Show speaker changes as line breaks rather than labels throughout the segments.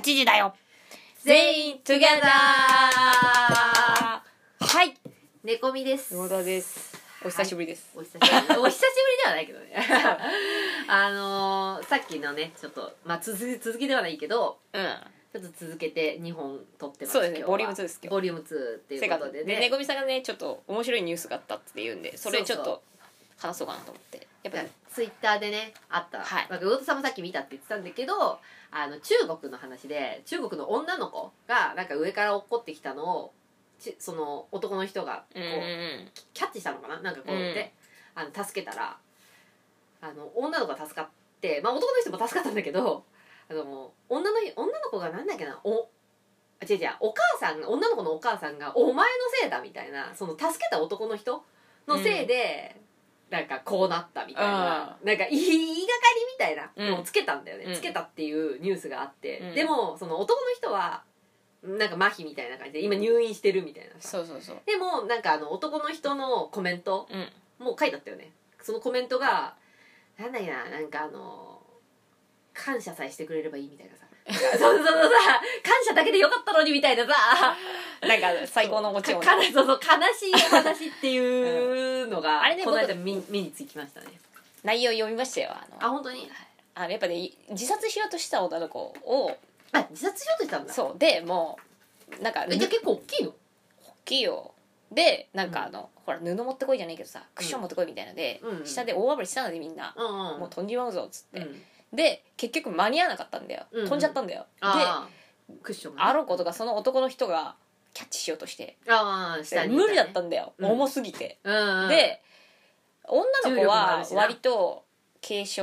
時だよ
全員 together!
はい
猫みです。
野田ですお久しぶりです、
お久しぶり。お久しぶりではないけどね。 あのー、さっきのね、ちょっと、まあ、続き、続きではないけど、ちょっと続けて2本撮ってます
そうですね
今日は
ボリューム2です今日
ボリューム2っ
う
て
ん
い
せ
う
や
こ
か
とで
で
ね。
ねごみさんがねちょっと面白いニュースがあったっていうんでそれちょっ
そう
と話そうかなと思ってやっぱ
ツイッターでねあった、
はい
まあ、魚田さんもさっき見たって言ってたんだけどあの中国の話で中国の女の子がなんか上から落っこってきたのをちその男の人がこう、
うん
キャッチしたのかななんかこうやって、あの助けたらあの女の子が助かって、まあ、男の人も助かったんだけどあの女の女の子がなんだっけなおあ違う違うお母さんが女の子のお母さんが「お前のせいだ」みたいなその助けた男の人のせいで、なんかこうなったみたいななんか言い言いがかりみたいなのをつけたんだよね、
うん
つけたっていうニュースがあって、
うん
でもその男の人はなんか麻痺みたいな感じで今入院してるみたいな
そうそうそう
でもなんかあの男の人のコメント
うん
もう書いてあったよねそのコメントがなんだっけななんかあの感謝さえしてくれればいいみたい なさそうそうそうさ感謝だけでよかったのにみたいなさ
なんか最高のごち
か
そう
かそうそう悲しいお話っていうのが、
あれね
この間
僕
見目につきましたね
内容読みましたよあの
あ本当に
あのやっぱねい自殺しようとした女の子を
あ自殺しようとしたんだ
そうでもうなんか
えじゃあ結構大きいの
大きいよでなんかあの、ほら布持ってこいじゃないけどさクッション持ってこいみたいなので、
うん
下で大暴れしたのでみんな、
うんうん
もう飛んじまうぞっつっ
う
て、
ん
で結局間に合わなかったんだよ、
うん
飛んじゃったんだよであ
あークッションがね
ろうことがその男の人がキャッチしようとして
あー下にいね
無理だったんだよ、
うん
重すぎて、
うんうん
で女の子
重力もあ
は
るしな
割と軽傷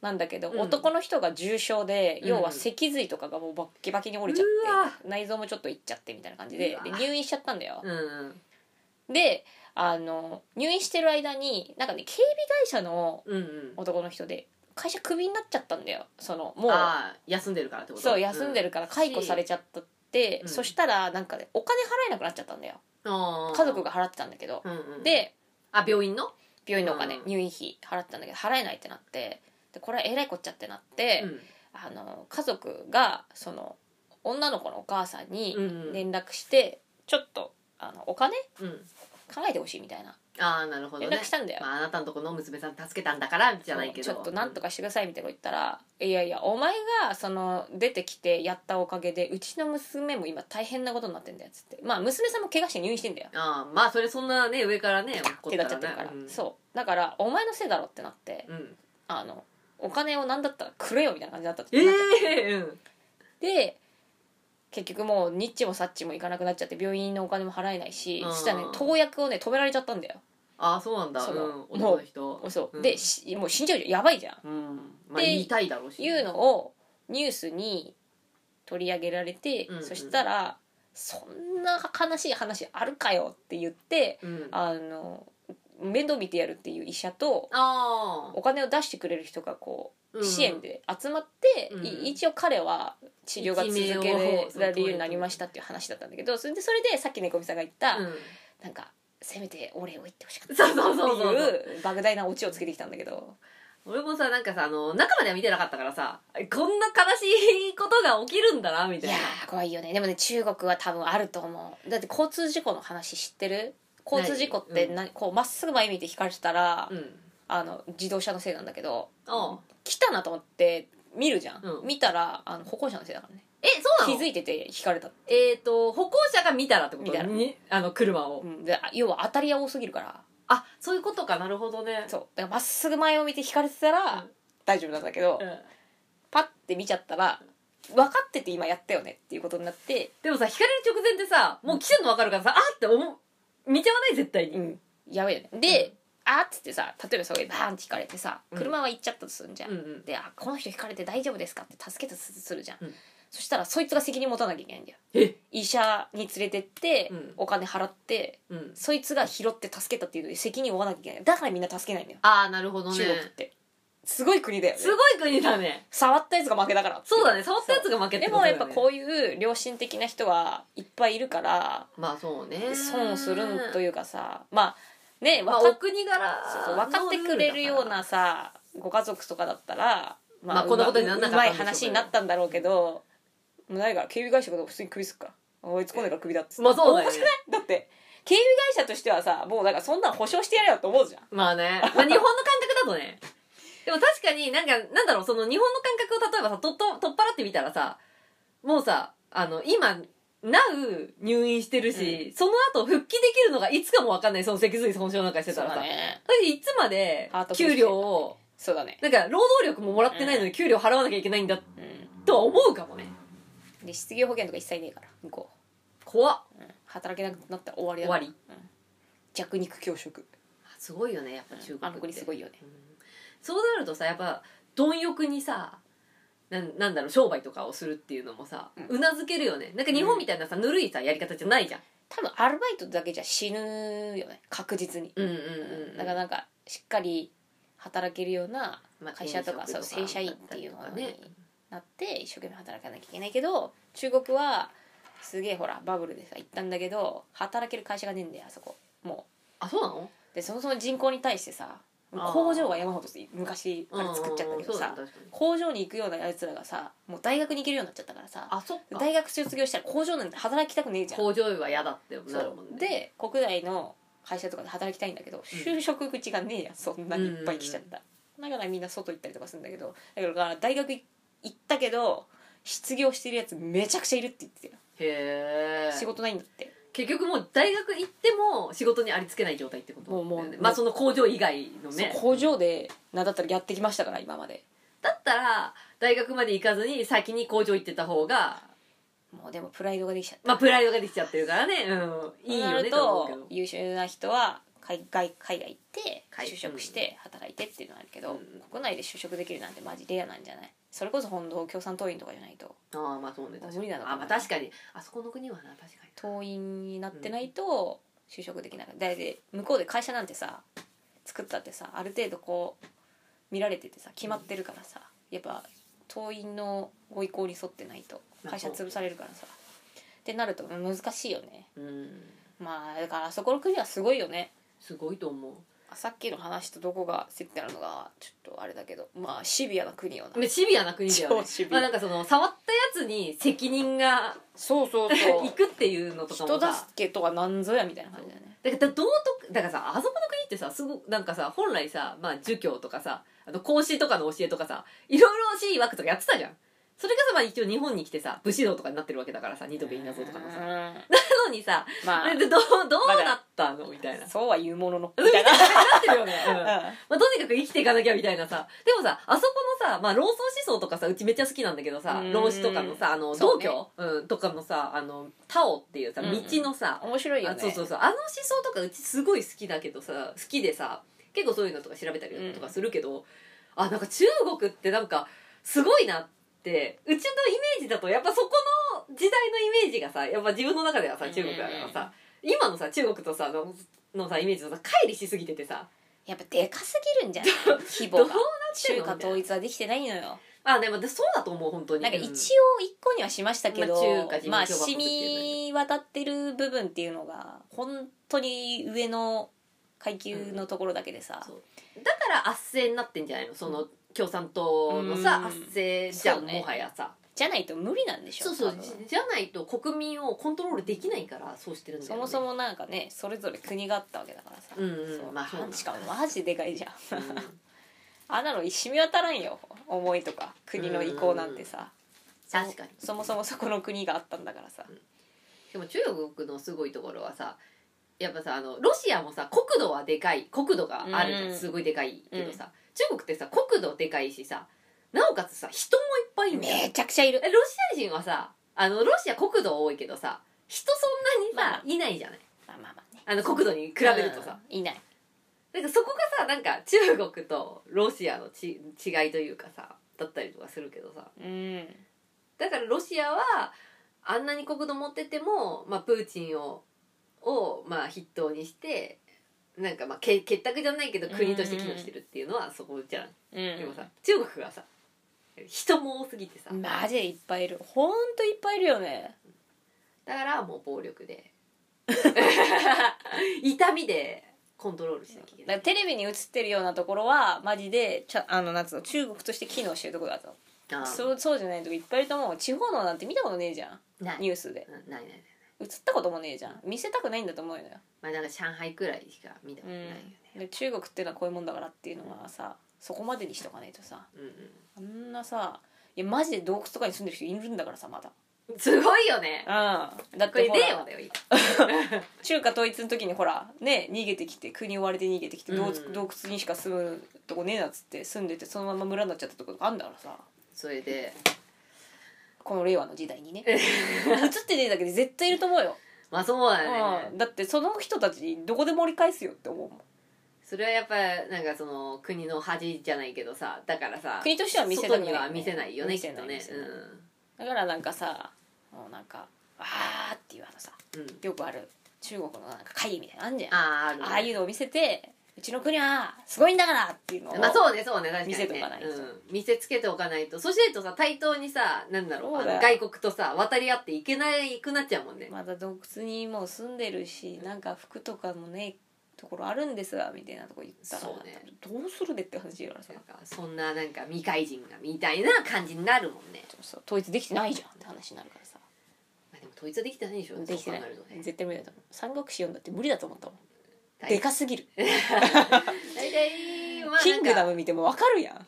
なんだけど、
うん
男の人が重傷で、
うん
要は脊髄とかがもうバッキバキに折れちゃ
うわ
って内臓もちょっといっちゃってみたいな感じで
うわ
で入院しちゃったんだよ、
うんうん
であの入院してる間になんかね警備会社の
うんうん
男の人で会社クビになっちゃったんだよそのもう
ああ休んでるからってこと
そう休んで
る、
るから解雇されちゃったって、
うん
そしたらなんかねお金払えなくなっちゃったんだよ、
うん
家族が払ってたんだけど、
うんうん、
で
あ病院の、
病院のお金、
うん
入院費払ったんだけど払えないってなってでこれはえらいこっちゃってなって、
うん
あの家族がその女の子のお母さんに
うん
連絡して、ちょっとあのお金
うん、
考えてほしいみたいな
ああなるほど
連
ね
絡したんだよ、
まあ、あなたのとこの娘さん助けたんだからじゃないけど
そうちょっとなんとかしてくださいみたいなこと言ったら「いやいやお前がその出てきてやったおかげでうちの娘も今大変なことになってんだよ」っつってまあ娘さんも怪我して入院してんだよ
ああまあそれそんなね上からね怒
手立っちゃってるから、そうだから「お前のせいだろ」ってなって
うん、うん、
あのお金を何だったらくれよみたいな感じになったって
ええうん
で結局もうニッチもサッチも行かなくなっちゃって病院のお金も払えないし
うん
そしたらね投薬をね止められちゃったんだよ
ああそうなんだ
そううんも、う
男の人
そう、
ん
でしもう死んじゃうじゃんやばいじゃん
うんまあ
で
言いたいだろうし
いうのをニュースに取り上げられて、
うんうん
そしたら「そんな悲しい話あるかよ」って言って
うんあ
あの面倒見てやるっていう医者と
あ
お金を出してくれる人がこ
う
うん支援で集まって、
うん
い一応彼は治療が続けられるようになりましたっていう話だったんだけどそれでそれでさっき猫みさんが言った、
うん
なんかせめてお礼を言ってほしかった
そうそう
って
そうそう
いう莫大なオチをつけてきたんだけど
俺もさなんかさあの中までは見てなかったからさこんな悲しいことが起きるんだなみ
い
たい
や
な
ー怖いよねでもね中国は多分あると思うだって交通事故の話知ってる交通事故って
ない
な、こうまっすぐ前見て引かれてたら、
うん
あの自動車のせいなんだけど
ああ
来たなと思って見るじゃん、
うん
見たらあの歩行者のせいだからね
えそうなの
気づいてて引かれたって
えっ、と、歩行者が見たらってこ
見
と
たら
にあの、車を
う。ん、で要は当たりが多すぎるから
あ、そういうことか、なるほどね。
そうだからまっすぐ前を見て引かれてたら
うん
大丈夫なんだけど、
うん
パッて見ちゃったら分かってて今やったよねっていうことになって、
でもさ、引かれる直前でさ、もう来てるの分かるからさ、あって思う。見ちゃわない、絶対に。
うん、やばいよねで、あーっつってさ例えばそこでバーンって引かれてさ
うん
車は行っちゃったとするんじゃん、
うんうん。
であこの人引かれて大丈夫ですかって助けたとするじゃん、
うん
そしたらそいつが責任持たなきゃいけないんだよ
え
医者に連れてって、
うん
お金払って
うん。
そいつが拾って助けたっていうので責任を負わなきゃいけないだからみんな助けないんだよ
あー、なるほど
中国っ
ね。
てすごい国だよね
すごい国だね。
触ったやつが負けだから
そうだね、触ったやつが負け
で
て
もやっぱこ
う。
ういう良心的な人はいっぱいいるから
まあそうね。
損をするんと
いう。
いうかさまあね分
まあ、
か,、
お国柄
そうそう分かってくれるようなさご家族とかだったら、
まあこんなことになんなかったん
うま
でしょうけ
い
ど
話になったんだろうけどもうないから警備会社が普通に首すっからおい突っ込んでから首だっつって
まあそうだよね
面白くないだって警備会社としてはさもうなんかそんなん保証してやれよって思うじゃん
まあね、まあ、日本の感覚だとねでも確かになんかなんだろうその日本の感覚を例えばさとっと取っ払ってみたらさもうさあの今なう入院してるし、その後復帰できるのがいつかも分かんないその脊髄損傷なんかしてたらさだ,、
ね
っていつまで
ハート崩
給
して
料を
そうだね
なんか労働力ももらってないのに給料払わなきゃいけないんだ
うん
とは思うかもね
で失業保険とか一切ねえから向こ
怖っ
う、うん、働けなくなったら終わり
終
だ
わり
弱肉強食
すごいよねやっぱ中
あ
国
の国すごいよね
うんそうなるとさやっぱ貪欲にさなんなんだろう商売とかをするっていうのもさ
うん
うなずけるよねなんか日本みたいなさぬるいさやり方じゃないじゃん
多分アルバイトだけじゃ死ぬよね確実に、
うんうん
うんだからなんかしっかり働けるような
まあ
会社とかそう正社員っていうもの
ね
になって一生懸命働かなきゃいけないけど中国はすげえほらバブルでさ行ったんだけど働ける会社がねえんだよあそこも
あそうなの
うでそもそも人口に対してさ
あー
工場は山ほど昔から作っちゃったけど
うんうんうんそうだね
さ
確かに
工場に行くようなやつらがさもう大学に行けるようになっちゃったからさ
あそっか
大学卒業したら工場なんて働きたくねえじゃん
工場は嫌だって
そ
なるもん
う
ね
で国内の会社とかで働きたいんだけど就職口がねえやそんなにいっぱい来ちゃった、だからみんな外行ったりとかするんだけどだから大学行ったけど失業してるやつめちゃくちゃいるって言ってたよ
へえ
仕事ないんだって
結局もう大学行っても仕事にありつけない状態ってことだよね
もうもう
まあその工場以外のね
そう工場でなんだったらやってきましたから今まで
だったら大学まで行かずに先に工場行ってた方が
もうでもプライドができちゃった
まあプライドができちゃってるからね、うん、いい
そうな
よね
る
と
と
思うけど
優秀な人は海外海外行って
海
就職して働いてっていうのはあるけど、
うん
国内で就職できるなんてマジレアなんじゃないそれこそ本土共産党員とかじゃないと
ああまあそうね確か
無理
に
なのかな
あまあ確かにあそこの国はな確か
党員になってないと就職できないだって向こうで会社なんてさ作ったってさある程度こう見られててさ決まってるからさやっぱ党員のご意向に沿ってないと会社潰されるからさってなると難しいよね
にうん
まあだからあそこの国はすごいよね
すごいと思う
さっきの話とどこが接点あるのがちょっとあれだけどまあシビアな国よな
まあシビアな国だよね
超シビア
まあなんかその触ったやつに責任が
そうそう
いくっていうのとか
人
も
助
さ
けとは何ぞやみたいな感じだよね
だから道徳だからさあそこの国ってさすごなんかさ本来さ、まあ、儒教とかさあと孔子とかの教えとかさいろいろしい枠とかやってたじゃんそれがさ、まあ、一応日本に来てさ武士道とかになってるわけだからさ二度目稲造とか のさな
うん
のにさ
まあ
でどうどうだったのみたいな。な
そうは言うもののみたいな
ってるよね。うん
う
まあ、とにかく生きていかなきゃみたいなさ。でもさ、あそこのさ、まあ、老僧思想とかさ、うちめっちゃ好きなんだけどさ
う、ん
老子とかのさ、あの、
そう
道
ね
教う、ん、とかのさ、あの、タオっていうさ、
う
道
んうん
のさ、
ん面白いよ
あ
ね
そうそうそう、あの思想とかうちすごい好きだけどさ、好きでさ、結構そういうのとか調べたりとかするけど、あ、なんか中国ってなんか、すごいなって、うちのイメージだと、やっぱそこの時代のイメージがさ、やっぱ自分の中ではさ、中国だから
うん
さ、今のさ、中国とさ、あののさ、イメージとさ、乖離しすぎててさ、
やっぱでかすぎるんじゃない規
ど
模
う
が
なって
中
んの
華統一はできてないのよ
あでもでそうだと思う本当に
なんか一応
うん
一個にはしましたけど、
まあ
ま
中華
あ
人民共和国って
染み渡ってる部分っていうのが本当に上の階級のところだけでさ、
そうだから圧政になってんじゃないのその共産党の
う
さ
ん
圧政じゃ、
そうんね
もはやさ
じゃないと無理なんでしょ
そうそう
多分
じじゃないと国民をコントロールできないからそうしてるんだ
そ
よ、ね、
もそもなんかねそれぞれ国があったわけだからさ、
うんうん
そう
まあそうなんだ
しかもマジでかいじゃん
うん、
あんなの染み渡らんよ思いとか国の意向なんてさそ
確かに
そもそもそこの国があったんだからさ
でも中国のすごいところはさやっぱさあのロシアもさ国土はでかい国土があるじゃん、
うん
すごいでかいけどさ、中国ってさ国土でかいしさなおかつさ人もいっぱいいんだよ
めちゃくちゃいる
えロシア人はさあのロシア国土多いけどさ人そんなに
ま
さ、いないじゃない
まあまあまあね
あの国土に比べるとさ、
うんいない
なんかそこがさなんか中国とロシアのち違いというかさだったりとかするけどさ
うん
だからロシアはあんなに国土持ってても、まあ、プーチンをを、まあ、筆頭にしてなんかまあけ結託じゃないけど国として機能してるっていうのはそこじゃん、
うん
でもさ中国はさ人も多すぎてさ、
マジでいっぱいいるほんといっぱいいるよね
だからもう暴 力で痛みでコントロールしなきゃいけ
だ
な
か
い
らテレビに映ってるようなところはマジでちゃあのなんつうの中国として機能してるところだと
あ
そうそうじゃないとこいっぱいいると思う地方のなんて見たことねえじゃん
ない
ニュースで
うんないないない
映ったこともねえじゃん見せたくないんだと思うよ
まあなんか上海くらいしか見たことないよね
で中国っていうのはこういうもんだからっていうのはさそこまでにしとかないとさ
うん、
あんなさいやマジで洞窟とかに住んでる人いるんだからさまだ
うん、すごいよね
うんだっ
こ
て
れ令
ほ
和
ら
だよ今
中華統一の時にほらね逃げてきて国追われて逃げてきて
うん
洞窟,、洞窟にしか住むとこねえなっつって住んでてそのまま村になっちゃったとことかあんだからさ
それで
この令和の時代にね映ってねえだけで絶対いると思うよ、
まあそうだよね
うん、だってその人たちどこでも折り返すよって思うもん
それはやっぱなんかその国の恥じゃないけどさだからさ
国としては見せたく
外
ない
には見せないよね
見
き
せ
っ
な
と
い
ね
見せないだからなんかさもうなんか「あー」っていうあのさ
うん、うん、
よくある中国のなんか会議みたいなのあんじゃんあ
あーあるね
あいうのを見せて「うちの国はすごいんだから!」っていうのを、
まあそうねそうね確かに、
見
ね、
せとかないと
うん、見せつけておかないとそうしないとさ対等にさなんだろう
そうだよ
あの外国とさ渡り合っていけないくなっちゃうもんね、
まだ洞窟にもう住んでるしなんか服とかもねところあるんですわみたいなとこ言ったら
そうね
どうするでって話だからさ
なんかそんななんか未開人がみたいな感じになるもんね、
そう統一できてないじゃんって話になるからさ
まあ、でも統一はできてないでしょ
できてない
そう考えるとね
絶対無理だと思う三国志読んだって無理だと思ったもん
大
でかすぎる
大体まあなんか
キングダム見てもわかるや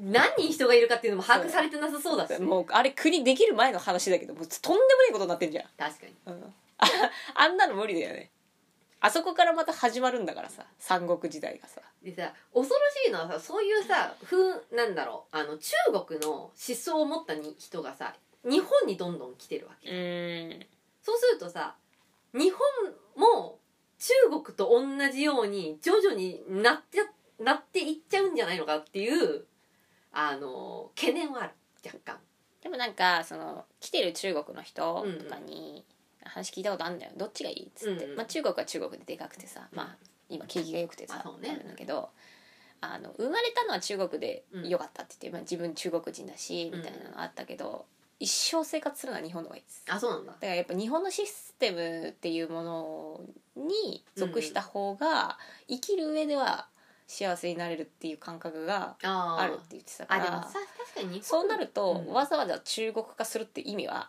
何人人がいるかっていうのも把握されてなさそうだしね、
んもうあれ国できる前の話だけどもうとんでもないことになってんじゃん
確かに
うんああんなの無理だよねあそこからまた始まるんだからさ三国時代がさ
でさ恐ろしいのはさそういうさふんなんだろうあの中国の思想を持ったに人がさ日本にどんどん来てるわけ
うん
そうするとさ日本も中国と同じように徐々になっちゃなっていっちゃうんじゃないのかっていうあの懸念はある若干
でもなんかその来てる中国の人とかに話聞いたことあるんだよどっちがいいっつって、
うんうん
まあ、中国は中国ででかくてさまあ今景気が良くてさ
まあそうね
あるんだけどあの生まれたのは中国で良かったって言って、まあ、自分中国人だしみたいなのあったけど、一生生活するのは日本の方がいいです
あそうなんだ
だからやっぱ日本のシステムっていうものに属した方が生きる上では幸せになれるっていう感覚が
あー
あるって言ってたか
あでも
ら
さ確かに日本
そうなると
うん
わざわざ中国化するって意味は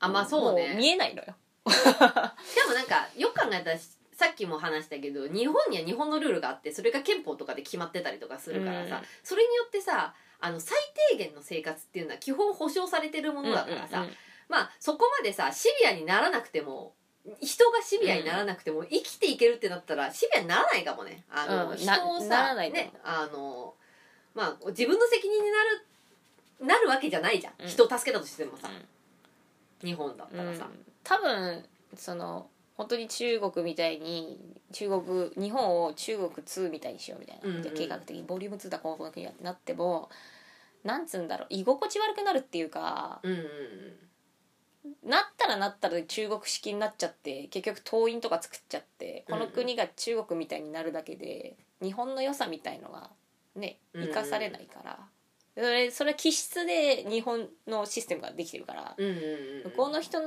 あまあそう
も
ね
う見えないのよ
でもなんかよく考えたらさっきも話したけど日本には日本のルールがあってそれが憲法とかで決まってたりとかするからさ、
うん
それによってさあの最低限の生活っていうのは基本保障されてるものだからさ、
うんうんうん
まあそこまでさシビアにならなくても人がシビアにならなくても、生きていけるってなったらシビアにならないかもねあの、
うん
人を
な
さ
ならないと思う
ねあのまあ自分の責任になるなるわけじゃないじゃん、
うん
人を助けたとしてもさ、日本だったらさ、
うん多分その本当に中国みたいに中国日本を中国2みたいにしようみたいな、
うんうん
じゃあ計画的にボリューム2だこのこの国だってなってもなんつうんだろう居心地悪くなるっていうか
うんうんうん
なったらなったら中国式になっちゃって結局党員とか作っちゃってこの国が中国みたいになるだけで、日本の良さみたいのがね
うんうん
生かされないから、それそれは気質で日本のシステムができてるから、
うんうんうん
向こうの人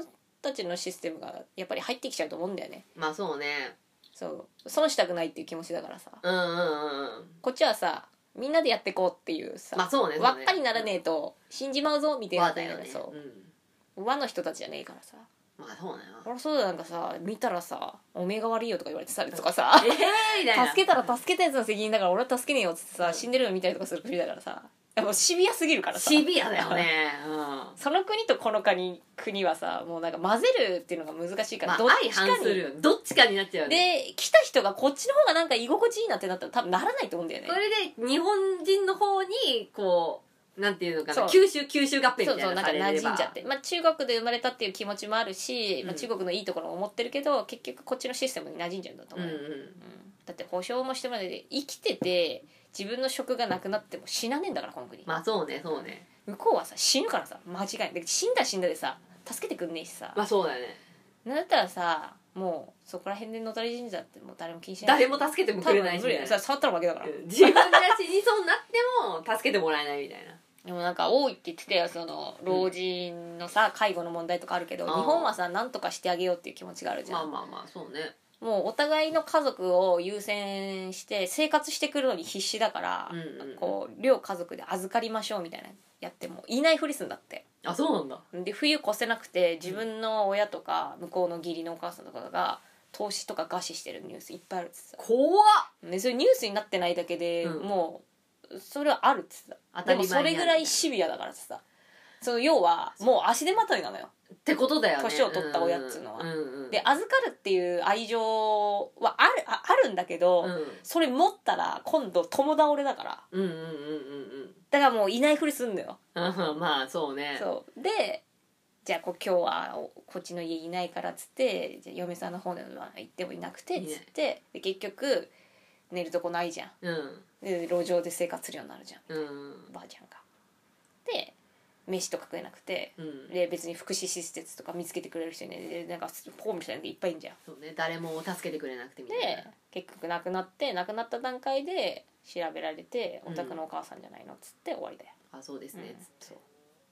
たちのシステムがやっぱり入ってきちゃうと思うんだよね
まあそうね
そう損したくないっていう気持ちだからさ
うんうんうんうん
こっちはさみんなでやってこうっていうさ、
まあそうね
輪っかにならねえ
え
と死んじまうぞみたいな
だよね
そううん輪の人たちじゃねえからさ
まあそうね
あらそうだなんかさ見たらさ「おめえが悪いよ」とか言われてさとかさ
ええみたいな
助けたら助けたやつの責任だから俺は助けねえよっつってさ死んでるの見たりとかする国だからさもうシビアすぎるからさ
シビアだよねうん
その国とこの国国はさもうなんか混ぜるっていうのが難しいから、
まあ、
どっち
相
か
反す
に
るよねどっちかになっちゃうよね
で来た人がこっちの方がなんか居心地いいなってなったら多分ならないと思うんだよね
それで日本人の方にこうなんていうのかな
そ
吸収吸収合併みた
そう
い
そう
なの
なん
さ
か
れれば
馴染んじゃって、まあ、中国で生まれたっていう気持ちもあるし、まあ、
うん
中国のいいところも思ってるけど結局こっちのシステムに馴染んじゃうんだと
うん
思
う
う、
ん
うんだって保証もしてもらえて生きてて自分の職がなくなっても死なねえんだからこの国、
まあそうねそうね
向こうはさ死ぬからさ間違いないで死んだら死んだでさ助けてくんねえしさ、
まあそうだよね
なんだったらさもうそこら辺で野垂れ神社ってもう誰も気にしない
誰も助けてもくれないし
多分無理だよさ触ったら負けだから、
うん自分が死にそうになっても助けてもらえないみたいな
でもなんか多いって言ってたよその老人のさ介護の問題とかあるけど、
あー
日本はさ何とかしてあげようっていう気持ちがあ るじゃん、
まあまあまあそうね
もうお互いの家族を優先して生活してくるのに必死だから、
うんうん
こう両家族で預かりましょうみたいなやってもいないふりすんだって
あそうなんだ
で冬越せなくて自分の親とか向こうの義理のお母さんとかが投資とか餓死してるニュースいっぱいあるっつって
怖った
でそれニュースになってないだけで、
うん
もうそれはあるっつって
当
た
た
でも
り前
そ
にある
れぐらいシビアだからっつってたその要はもう足手まといなのよ
ってことだよね
年を取った親っつうのは
んうんうん、
で預かるっていう愛情はあるああるんだけど、
うん
それ持ったら今度共倒れだから
うんうんうんうんうん
だからもういないふりすんのよ
うんまあそうね
そうでじゃあこう今日はおこっちの家いないからっつってじゃあ嫁さんの方には行ってもいなくてっつってで結局寝るとこないじゃん
うん
で路上で生活するようになるじゃん
うん
おばあちゃんが。で飯とか食えなくて
うん
で別に福祉施設とか見つけてくれる人いないでなんかポーみたいなのいっぱいいんじゃん。
そうね誰も助けてくれなくてみたい
で
な
結局亡くなって亡くなった段階で調べられて「
うん
お宅のお母さんじゃないの」っつって終わりだよ。
あそうですね、
うんそう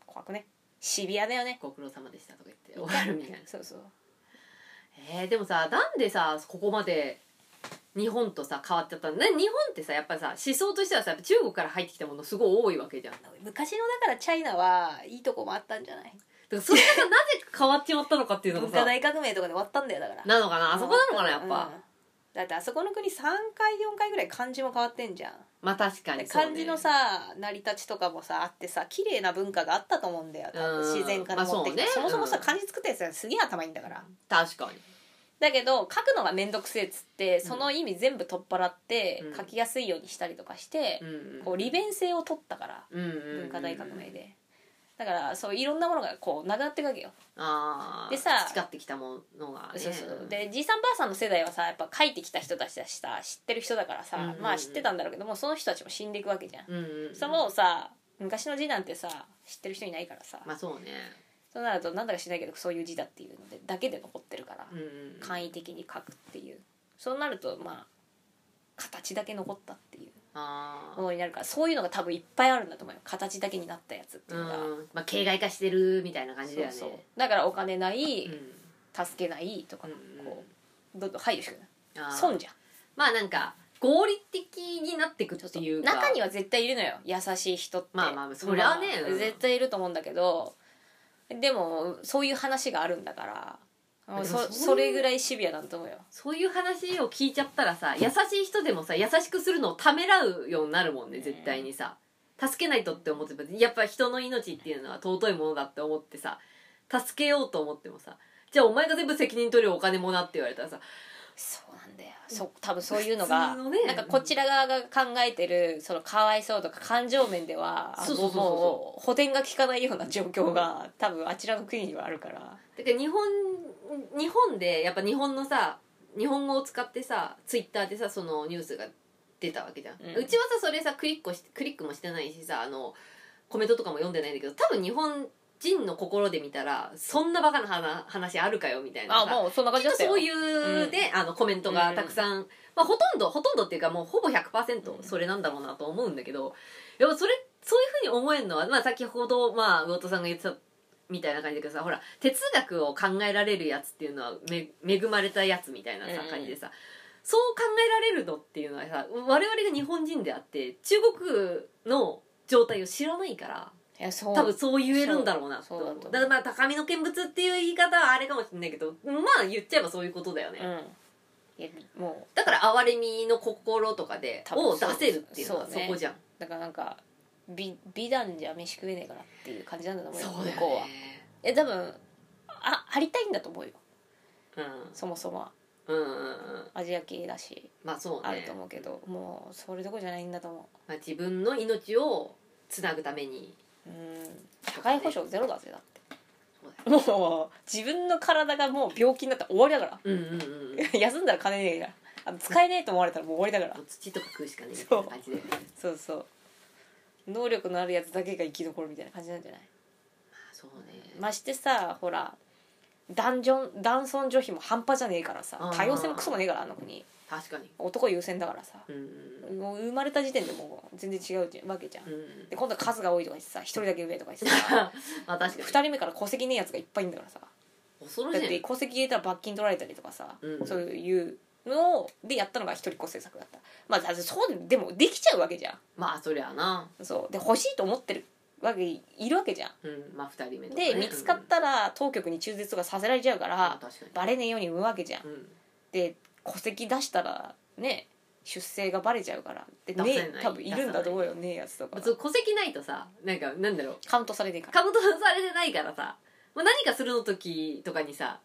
怖くねシビアだよね。
ご苦労様でしたとか言って終わるみたいな
そうそう
えー、でもさなんでさここまで日本とさ変わっちゃったのね日本ってさやっぱさ思想としてはさやっぱ中国から入ってきたものすごい多いわけじゃんだか
昔のだからチャイナはいいとこもあったんじゃない
らそれがなぜ変わっちまったのかっていうのが
文
さ
化大革命とかで終わったんだよだから
なのかなあそこなのかなやっぱ、
うんだってあそこの国3回4回ぐらい漢字も変わってんじゃん、
まあ確かにそうね
漢字のさ成り立ちとかもさあってさ綺麗な文化があったと思うんだよ多分
うん
自然から持ってきて、
まあ
そ
そう
も
ね
そもさ
うん
漢字作ったやつがすげえ頭いいんだから
確か
だけど書くのが面倒くせえっつってその意味全部取っ払って
うん
書きやすいようにしたりとかして
に、、うん
こう利便性を取ったから
うんうん、
文化大革命でだからそういろんなものがこうなくなっていくわけよ
ああ
でさ
培ってきたものがね
そうそうでじいさんばあさんの世代はさやっぱ書いてきた人たちだしさ知ってる人だからさ、
うんうんうん
まあ知ってたんだろうけどもうその人たちも死んでいくわけじゃん、
うんうんうん
そのさ昔の字なんてさ知ってる人いないからさ、
まあそうね
そうなるとなんだか知らないけどそういう字だっていうのでだけで残ってるから、
うんうん
簡易的に書くっていうそうなるとまあ形だけ残ったっていう
あ
ものになるからそういうのが多分いっぱいあるんだと思うよ形だけになったやつって
あ
いううのが、
んまあ形骸化してるみたいな感じだ
そ
よ
う
ね
そうだからお金ない、
うん
助けないとか、
うんうん
こうどんどん配慮してくれない
あー
損じゃん
まあなんか合理的になってくっていうか
中には絶対いるのよ優しい人って
まあまあそりゃねうん
絶対いると思うんだけどでもそういう話があるんだからもうそ
でもそういう
それぐらいシビアなんだと思うよ
そういう話を聞いちゃったらさ優しい人でもさ優しくするのをためらうようになるもんね絶対にさ助けないとって思ってやっぱ人の命っていうのは尊いものだって思ってさ助けようと思ってもさじゃあお前が全部責任取るよお金もなって言われたらさ
そうなんだよそ多分そういうのが
普通のね
なんかこちら側が考えてるそのかわいそうとか感情面では
そうそうそうそう
もう補填が効かないような状況が多分あちらの国にはあるから
だから日本日本でやっぱ日本のさ日本語を使ってさツイッターでさそのニュースが出たわけじゃん、う
うん
ちはさそれさクリックをしクリックもしてないしさあのコメントとかも読んでないんだけど多分日本人の心で見たらそんなバカな話話あるかよみたいな
あ
さ
もうそんな
き
感
っ
じだ
と
ったよ
そういうで、あのコメントがたくさん、まあ、ほとんどほとんどっていうかもうほぼ100%それなんだろうなと思うんだけどやっぱそれそういうふうに思えるのは、まあ、先ほど、まあ、魚田さんが言ってたみたいな感じだけどさほら哲学を考えられるやつっていうのはめ恵まれたやつみたいなさ
うん
感じでさ、そう考えられるのっていうのはさ我々が日本人であって中国の状態を知らないから。
いやそう
多分そう言えるんだろうな
そうそうだと思う
だからまあ高みの見物っていう言い方はあれかもしれないけどまあ言っちゃえばそういうことだよね、
うんいやもう
だから哀れみの心とかで
多
を
分
出
そう
せるっていうのは
そ
そう
ね
こじゃん
だからなんか美美談じゃ飯食えねえからっていう感じなんだと思うよ向こうは
こ
え多分あありたいんだと思うよ
うは
そもそもは
うんうんうんうん
アジア系だし
まあそうね
あると思うけどもうそれどころじゃないんだと思
まあ、自分の命をつなぐために
ううん社会保障ゼロだぜだっ
そうだ
てもう自分の体がもう病気になったら終わりだか
うんうん うん
ら休んだら金ねえからあの使えねえと思われたらもう終わりだから
土とか食うしかねえみたいな感じでま
そうそう能力のあるやつだけが生き残るみたいな感じなんじゃない
あそうね、
ましてさほら男女男尊女卑も半端じゃねえからさ
うん
多様性もクソもねえからあの国
確かに
男優先だからさ
うんうん
もう生まれた時点でもう全然違うじゃんわけじゃん、
うんうん
で今度数が多いとか言ってさ一人だけ上とか言って さ
まあ確かに
二人目から戸籍ねえやつがいっぱいいんだからさ
恐ろし
だっ
い
て
ね
戸籍入れたら罰金取られたりとかさ、
うん
そういうのをでやったのが一人っ子政策だったまあだってそうでもできちゃうわけじゃん
まあそりゃあな
そうで欲しいと思ってるわけいるわけじゃん
うんまあ2人目とかね
で見つかったら当局に中絶とかさせられちゃうか
うんうん
ら
確かに
バレねえように産むわけじゃん
うん
で戸籍出したらね出生がバレちゃうからで
出せない
ね多分いるんだと思うよねえやつとか
そう戸籍ないとさなんかなんだろう
カウントされていいから
カウントされてないからさ、まあ、何かするの時とかにさ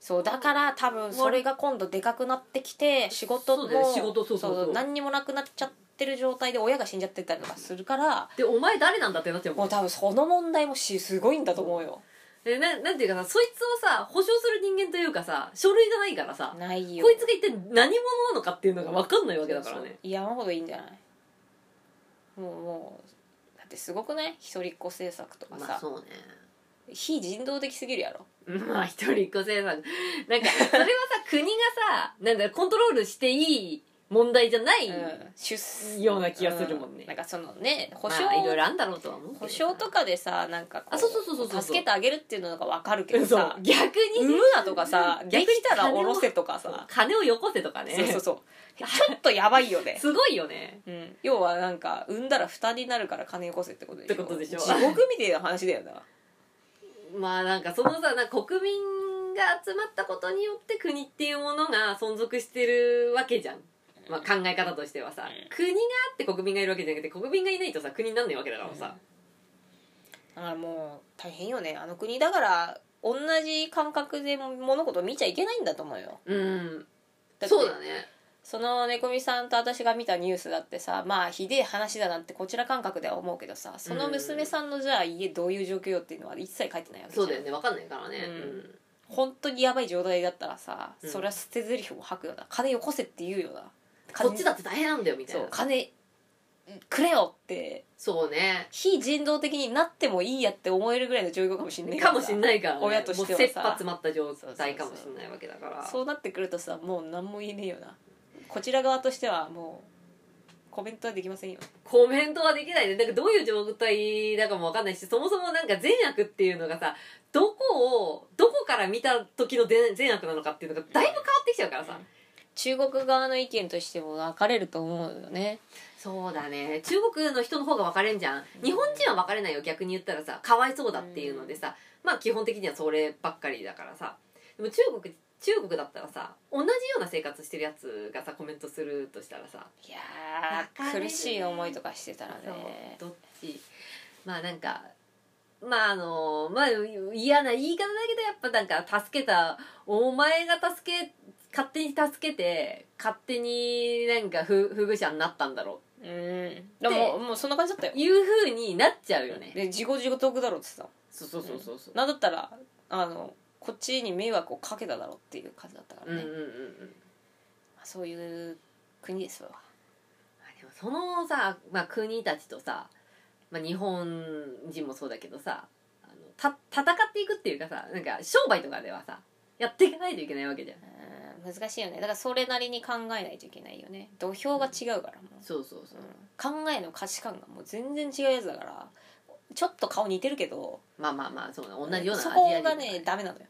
そうだから多分それが今度でかくなってきて仕事
そ
も
うだよ仕事そうそうそう
何にもなくなっちゃってる状態で親が死んじゃってたりとかするから
でお前誰なんだってなっちゃうも
も
ん
う多分その問題もしすごいんだと思うよ
えななんていうかさそいつをさ保証する人間というかさ書類がないからさ
ないよ
こいつが一体何者なのかっていうのが分かんないわけだから
そう
ね
そう山ほどいいんじゃないもうもうだってすごくない一人っ子政策とかさ、
そうね
非人道的すぎるやろ
まあ一人っ子制なんかそれはさ国がさなんだろうコントロールしていい問題じゃない、
うん出す
ような気がするもんね
なんかそのね
保
保証、
証、まあ、いろいろあんだろうとは思うけど
保証と
か
かでさなんかこ
あそうそうそうそうそう
助けてあげるっていうのが分かるけ
そう
どさ
逆に
産むなとかさ
逆
で
に
きたら下ろせとかさ
金をよこせとかね
そうそうそう ちょっとやばいよね、
すごいよね
うん、要はなんか産んだら負担になるから金よこせってことでしょ
ってことでしょ
地獄みたいな話だよな
まあなんかそのさなんか国民が集まったことによって国っていうものが存続してるわけじゃん、まあ、考え方としては
う
さ、
ん
国があって国民がいるわけじゃなくて国民がいないとさ国になんないわけだからさ、
だからもう大変よねあの国だから同じ感覚で物事を見ちゃいけないんだと思うよ
うん
だって
そうだね
その猫みさんと私が見たニュースだってさまあひでえ話だなんてこちら感覚では思うけどさその娘さんのじゃあ家どういう状況よっていうのは一切書いてないわけじゃ
そ
ん
うだよね分かんないからね、
うん本当にやばい状態だったらさ、
うん
それは捨て台詞を吐くよな金よこせって言うよな
こっちだって大変なんだよみたい
そ
な
う金くれよって
そうね
非人道的になってもいいやって思えるぐらいの状況かもしんない
かもしん
い
ないから、ね、
親としては
も
さ
う切羽詰まった状態かもしんないわけだから
そうなってくるとさもう何も言えねえよなこちら側としてはもうコメントはできませんよ
コメントはできないね。なんかどういう状態だかもわかんないし、そもそもなんか善悪っていうのがさ、どこを、どこから見た時の善善悪なのかっていうのがだいぶ変わってきちゃうからさ。
中国側の意見としても分かれると思うよね
そうだね。中国の人の方が分かれんじゃん。日本人は分かれないよ。逆に言ったらさ、かわいそうだっていうのでさ、まあ基本的にはそればっかりだからさ。でも中国、中国だったらさ、同じような生活してるやつがさ、コメントするとしたらさ、
いや
分かれ
ー
るね
苦しい思いとかしてたら
そう
ね
どっちまあなんかまああのまあ嫌な言い方だけどやっぱなんか助けたお前が助け勝手に助けて勝手になんか不不遇者になったんだろ
うんでももうそんな感じだったよ
ういう風になっちゃうよね
で自業自得だろうってさ
そうそうそうそうそう
なんだったらあのこっちに迷惑をかけただろうっていう感じだったか
う
ら
ん
ね、
うんうんうん
まあ、そういう国ですわ
まあでもそのさ、まあ、国たちとさ、まあ、日本人もそうだけどさあのた戦っていくっていうかさなんか商売とかではさやっていかないといけないわけじゃん
うん難しいよねだからそれなりに考えないといけないよね土俵が違うからもう、
そうそうそう
うん考えの価値観がもう全然違うやつだからちょっと顔似てるけど
まあまあまあそうだ同じような
そ
アジア
こ
人
がねダメなのよ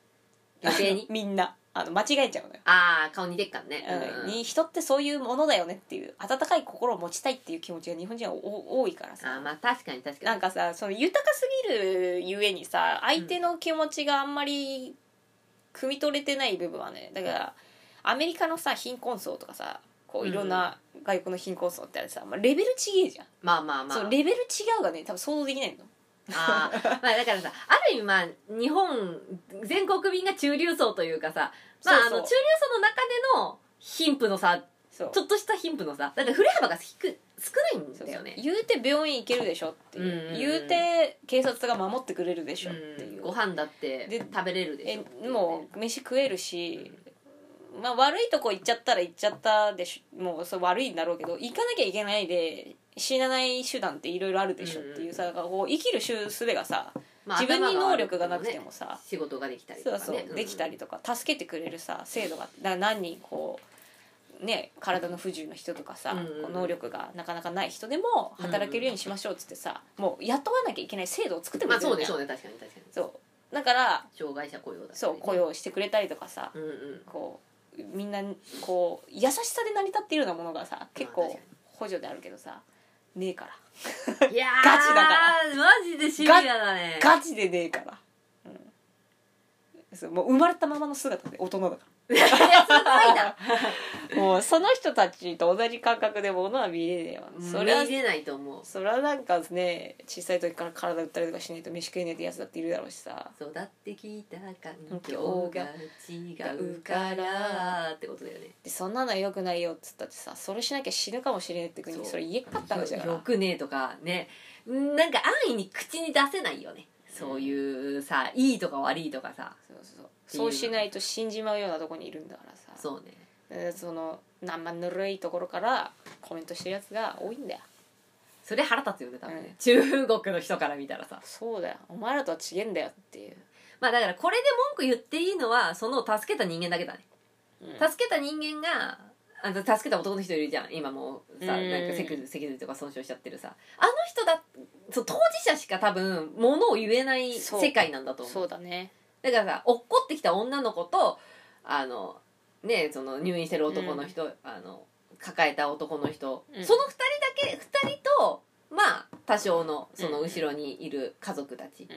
余計に
みんなあの間違えちゃうのよ、
ああ顔似てっかんね
うんに人ってそういうものだよねっていう温かい心を持ちたいっていう気持ちが日本人はお多いから
ああ
さ
まあ確かに確か
なん
に
かさその豊かすぎるゆえにさ相手の気持ちがあんまり汲み取れてない部分はねだからアメリカのさ貧困層とかさこういろんな外国の貧困層ってあれさ、まあ、レベル違えじゃん、
まあまあまあ
そうレベル違うがね多分想像できないの
あーまあだからさある意味まあ日本全国民が中流層というかさまあ
そうそう
あの中流層の中での貧富の差
そう
ちょっとした貧富の差だから振れ幅が低く少ないんだよね
言うて病院行けるでしょっていう,、
うんうんうん
言うて警察が守ってくれるでしょっていうう、
んご飯だって
で
食べれるでしょってい
え
うね
もう飯食えるし、まあ、悪いとこ行っちゃったら行っちゃったでしょもうそう悪いんだろうけど行かなきゃいけないで死なない手段っていろいろあるでしょっていうさ、だからこう生きる術がさ
まあ
自分に能力がなくて
頭ある
もさ、
仕事ができたりと
そう
かね
そう、
ん
できたりとか助けてくれるさ制度がだから何人こうね体の不自由な人とかさ、
うんうんうん
こう能力がなかなかない人でも働けるようにしましょうっつってさ、もう雇わなきゃいけない制度を作ってく
ま
れ
あ
てる
そ
ん
う
だよ、
ねそうね確かに確かに
そうだから
障害者雇用だったり
そう雇用してくれたりとかさ
うんうん
こうみんなこう優しさで成り立っているようなものがさ結
ま
構
あ確か
補助であるけどさねえから
いやー
ガチだか
マジでシビアだね
ガチでねえから、うん、そうもう生まれたままの姿で大人だから
いやすごいな
もうその人たちと同じ感覚でものは見れねえわそれは
見れないと思う
それはなんかね小さい時から体打ったりとかしないと飯食えねえってやつだっているだろうしさ
育ってきた環境が違うからってことだよね
でそんなの良くないよっつったってさそれしなきゃ死ぬかもしれねえって国に
そう
それ言えっかった話だか
よ
ら
くねとかねなんか安易に口に出せないよねそういうさいいとか悪いとかさ
そうそうそうそうしないと死んじまうようなとこにいるんだからさ
そうね
えーその生ぬるいところからコメントしてるやつが多いんだよ
それ腹立つよね多分ね、中国の人から見たらさ
そうだよお前らとは違えんだよっていう、
まあだからこれで文句言っていいのはその助けた人間だけだね
うん
助けた人間があの助けた男の人いるじゃん今もうさ
う
なんんかセキュリセキュリティとか損傷しちゃってるさあの人だそう当事者しか多分ものを言えない
そう
世界なんだと思う
そうだね
だからさ落っこってきた女の子とあのねその入院してる男の人、あの抱えた男の人、
うん
その2人だけ2人とまあ多少のその後ろにいる家族たち、
うん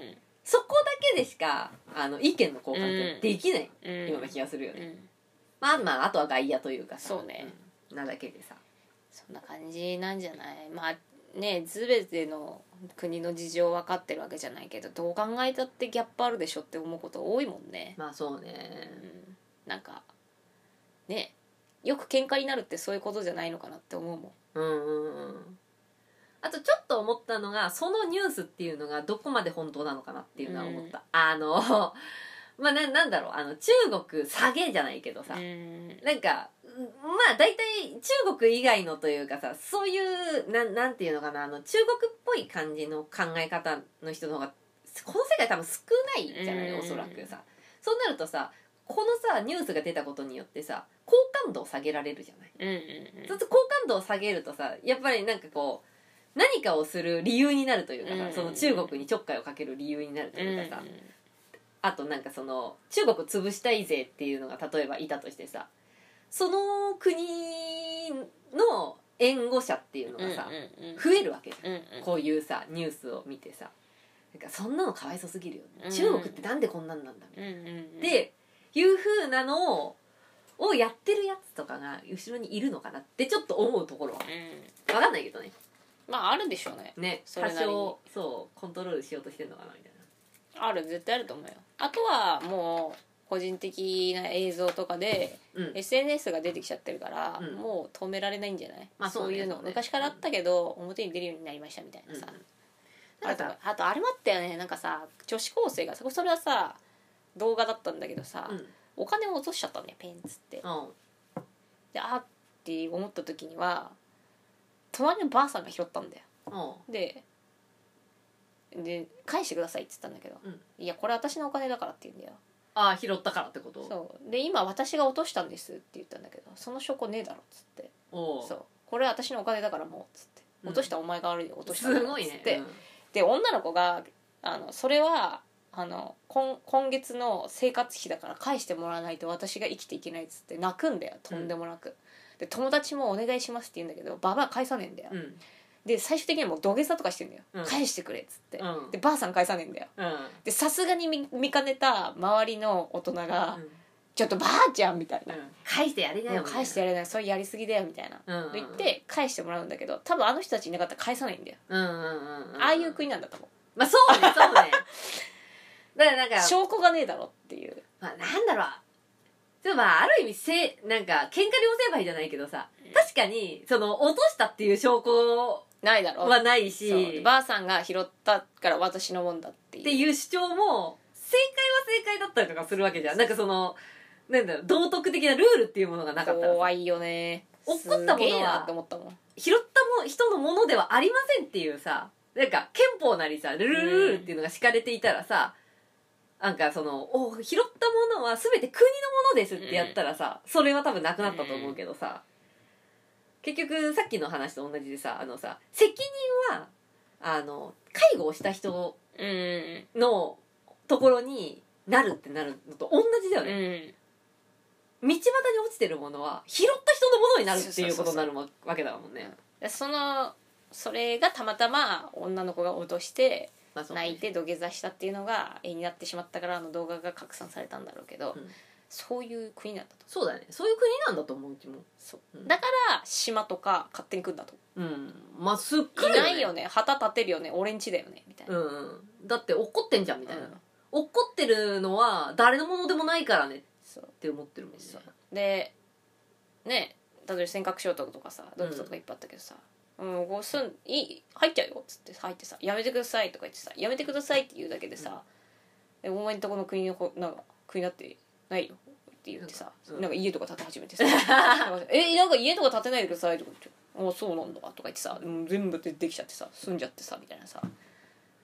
そこだけでしかあの意見の交換ってできない、
うん
ような気がするよね、
うん
まあまああとは外野というかさ
そうね、
うんなだけでさ
そんな感じなんじゃないまあね全ての国の事情分かってるわけじゃないけどどう考えたってギャップあるでしょって思うこと多いもんね、
まあそう
うん、
ね
なんかねよく喧嘩になるってそういうことじゃないのかなって思うもん
うんうんうんあとちょっと思ったのがそのニュースっていうのがどこまで本当なのかなっていうのは思った、あのまあななんだろうあの中国下げじゃないけどさ、
うん
なんかうんまあ大体中国以外のというかさそういうなんなんていうのかなあの中国っぽい感じの考え方の人の方がこの世界多分少ないじゃない
うん
おそらくさそうなるとさこのさニュースが出たことによってさ好感度を下げられるじゃない
うんうん
そうすると好感度を下げるとさやっぱりなんかこう何かをする理由になるというかさ、
うん
その中国にちょっかいをかける理由になると
うん
いうかさ、あとなんかその中国潰したいぜっていうのが例えばいたとしてさその国の援護者っていうの
うん
がさ、
うんうん
増えるわけじゃん、
うんうん
こういうさニュースを見てさなんかそんなのかわいそすぎるよ、
うん
中国ってなんでこんなんなんだみたい
うん
な
うんうん
っていう風なのををやってるやつとかが後ろにいるのかなってちょっと思うところは
うん
分かんないけどね
まああるでしょうね
ね
そ
多
れなりに
少そうコントロールしようとしてるのかなみたい
ある絶対あると思うよあとはもう個人的な映像とかで
なうん
SNS が出てきちゃってるから、
うん
もう止められないんじゃない、
まあ
そういうの
そうねそうね
昔からあったけど、表に出るようになりましたみたいなさ、
うん
あとあとあれもあったよねなんかさ女子高生がそこそれはさ動画だったんだけどさ、
うん
お金を落としちゃったんだよペンっつって
うん
であーって思った時には隣のばあさんが拾ったんだよ
うん
でで返してくださいって言ったんだけど、
うん
いやこれ私のお金だからって言うんだよ
ああ拾ったからってこと
そうで今私が落としたんですって言ったんだけどその証拠ねえだろっつって
おう
そうこれは私のお金だからもうっつって
うん
落としたお前が悪いよ落としたんだ
す
から
ごい
っつ
ね
って、で女の子があのそれはあの今今月の生活費だから返してもらわないと私が生きていけないっつって泣くんだよとんでもなく、で友達もお願いしますって言うんだけどババア返さねえんだよ、
うんうん
で最終的にはもう土下座とかしてんだよ、
うん
返してくれっつって、
うん
でばあさん返さねえんだよ
うん
でさすがに見見かねた周りの大人が「ちょっとばあちゃん」みたいな
うん返してやりな
もう
よ
返してやれないそれやりすぎだよみたいな、
うんうん
と言って返してもらうんだけど多分あの人たちいなかったら返さないんだよ、
うんうんうんうん
ああいう国なんだと思う
まあそうねそう ねだからなんか
証拠がねえだろっていう
まあ、なんだろう。でもまあ、ある意味せ、なんか、喧嘩両成敗じゃないけどさ、確かに、その、落としたっていう証拠
ないだろ
はないし、
そう
っ
ばあさんが拾ったから私のもんだっていう
ていう主張も、正解は正解だったりとかするわけじゃん。なんかその、なんだろう、道徳的なルールっていうものがなかったらさ
怖いよね
怒ったもの
す
は
げえなって思ったもん
拾ったも人のものではありませんっていうさ、なんか、憲法なりさ、ルルルルルっていうのが敷かれていたらさ、なんかその、お拾ったものは全て国のものですってやったらさ、それは多分なくなったと思うけどさ、結局さっきの話と同じでさ、あのさ、責任は、あの、介護をした人
うん
のところになるってなるのと同じだよ
うん
ね。
うん
道端に落ちてるものは、拾った人のものになるっていうことになるわけだもんね。
でそのそれがたまたま女の子が落として
まあそう
泣いて土下座したっていうのが絵になってしまったからあの動画が拡散されたんだろうけど、
うん
そういう国なんだと
そうだねそういう国なんだと思ううちも
そう
うん
だから島とか勝手に来んだと
うんまあすっ
い
ごい
ないよね旗立てるよね俺んちだよねみたいな、
うんうん、だって怒ってんじゃんみたいな、
うん
怒ってるのは誰のものでもないからねっ
そう
て思ってるもんね
そうでね例えば尖閣諸島とかさドルとかいっぱいあったけどさ「うん、こうすんいい入っちゃうよ」っつって入ってさ「やめてください」とか言ってさ「やめてください」って言うだけでさ「えお前んとこの国のこなんか国だってないよ」って言ってさ
うん
なんか家とか建て始めて さ「えなんか家とか建てないでください」とか言って「あそうなんだ」とか言ってさうん全部でできちゃってさ住んじゃってさみたいなさ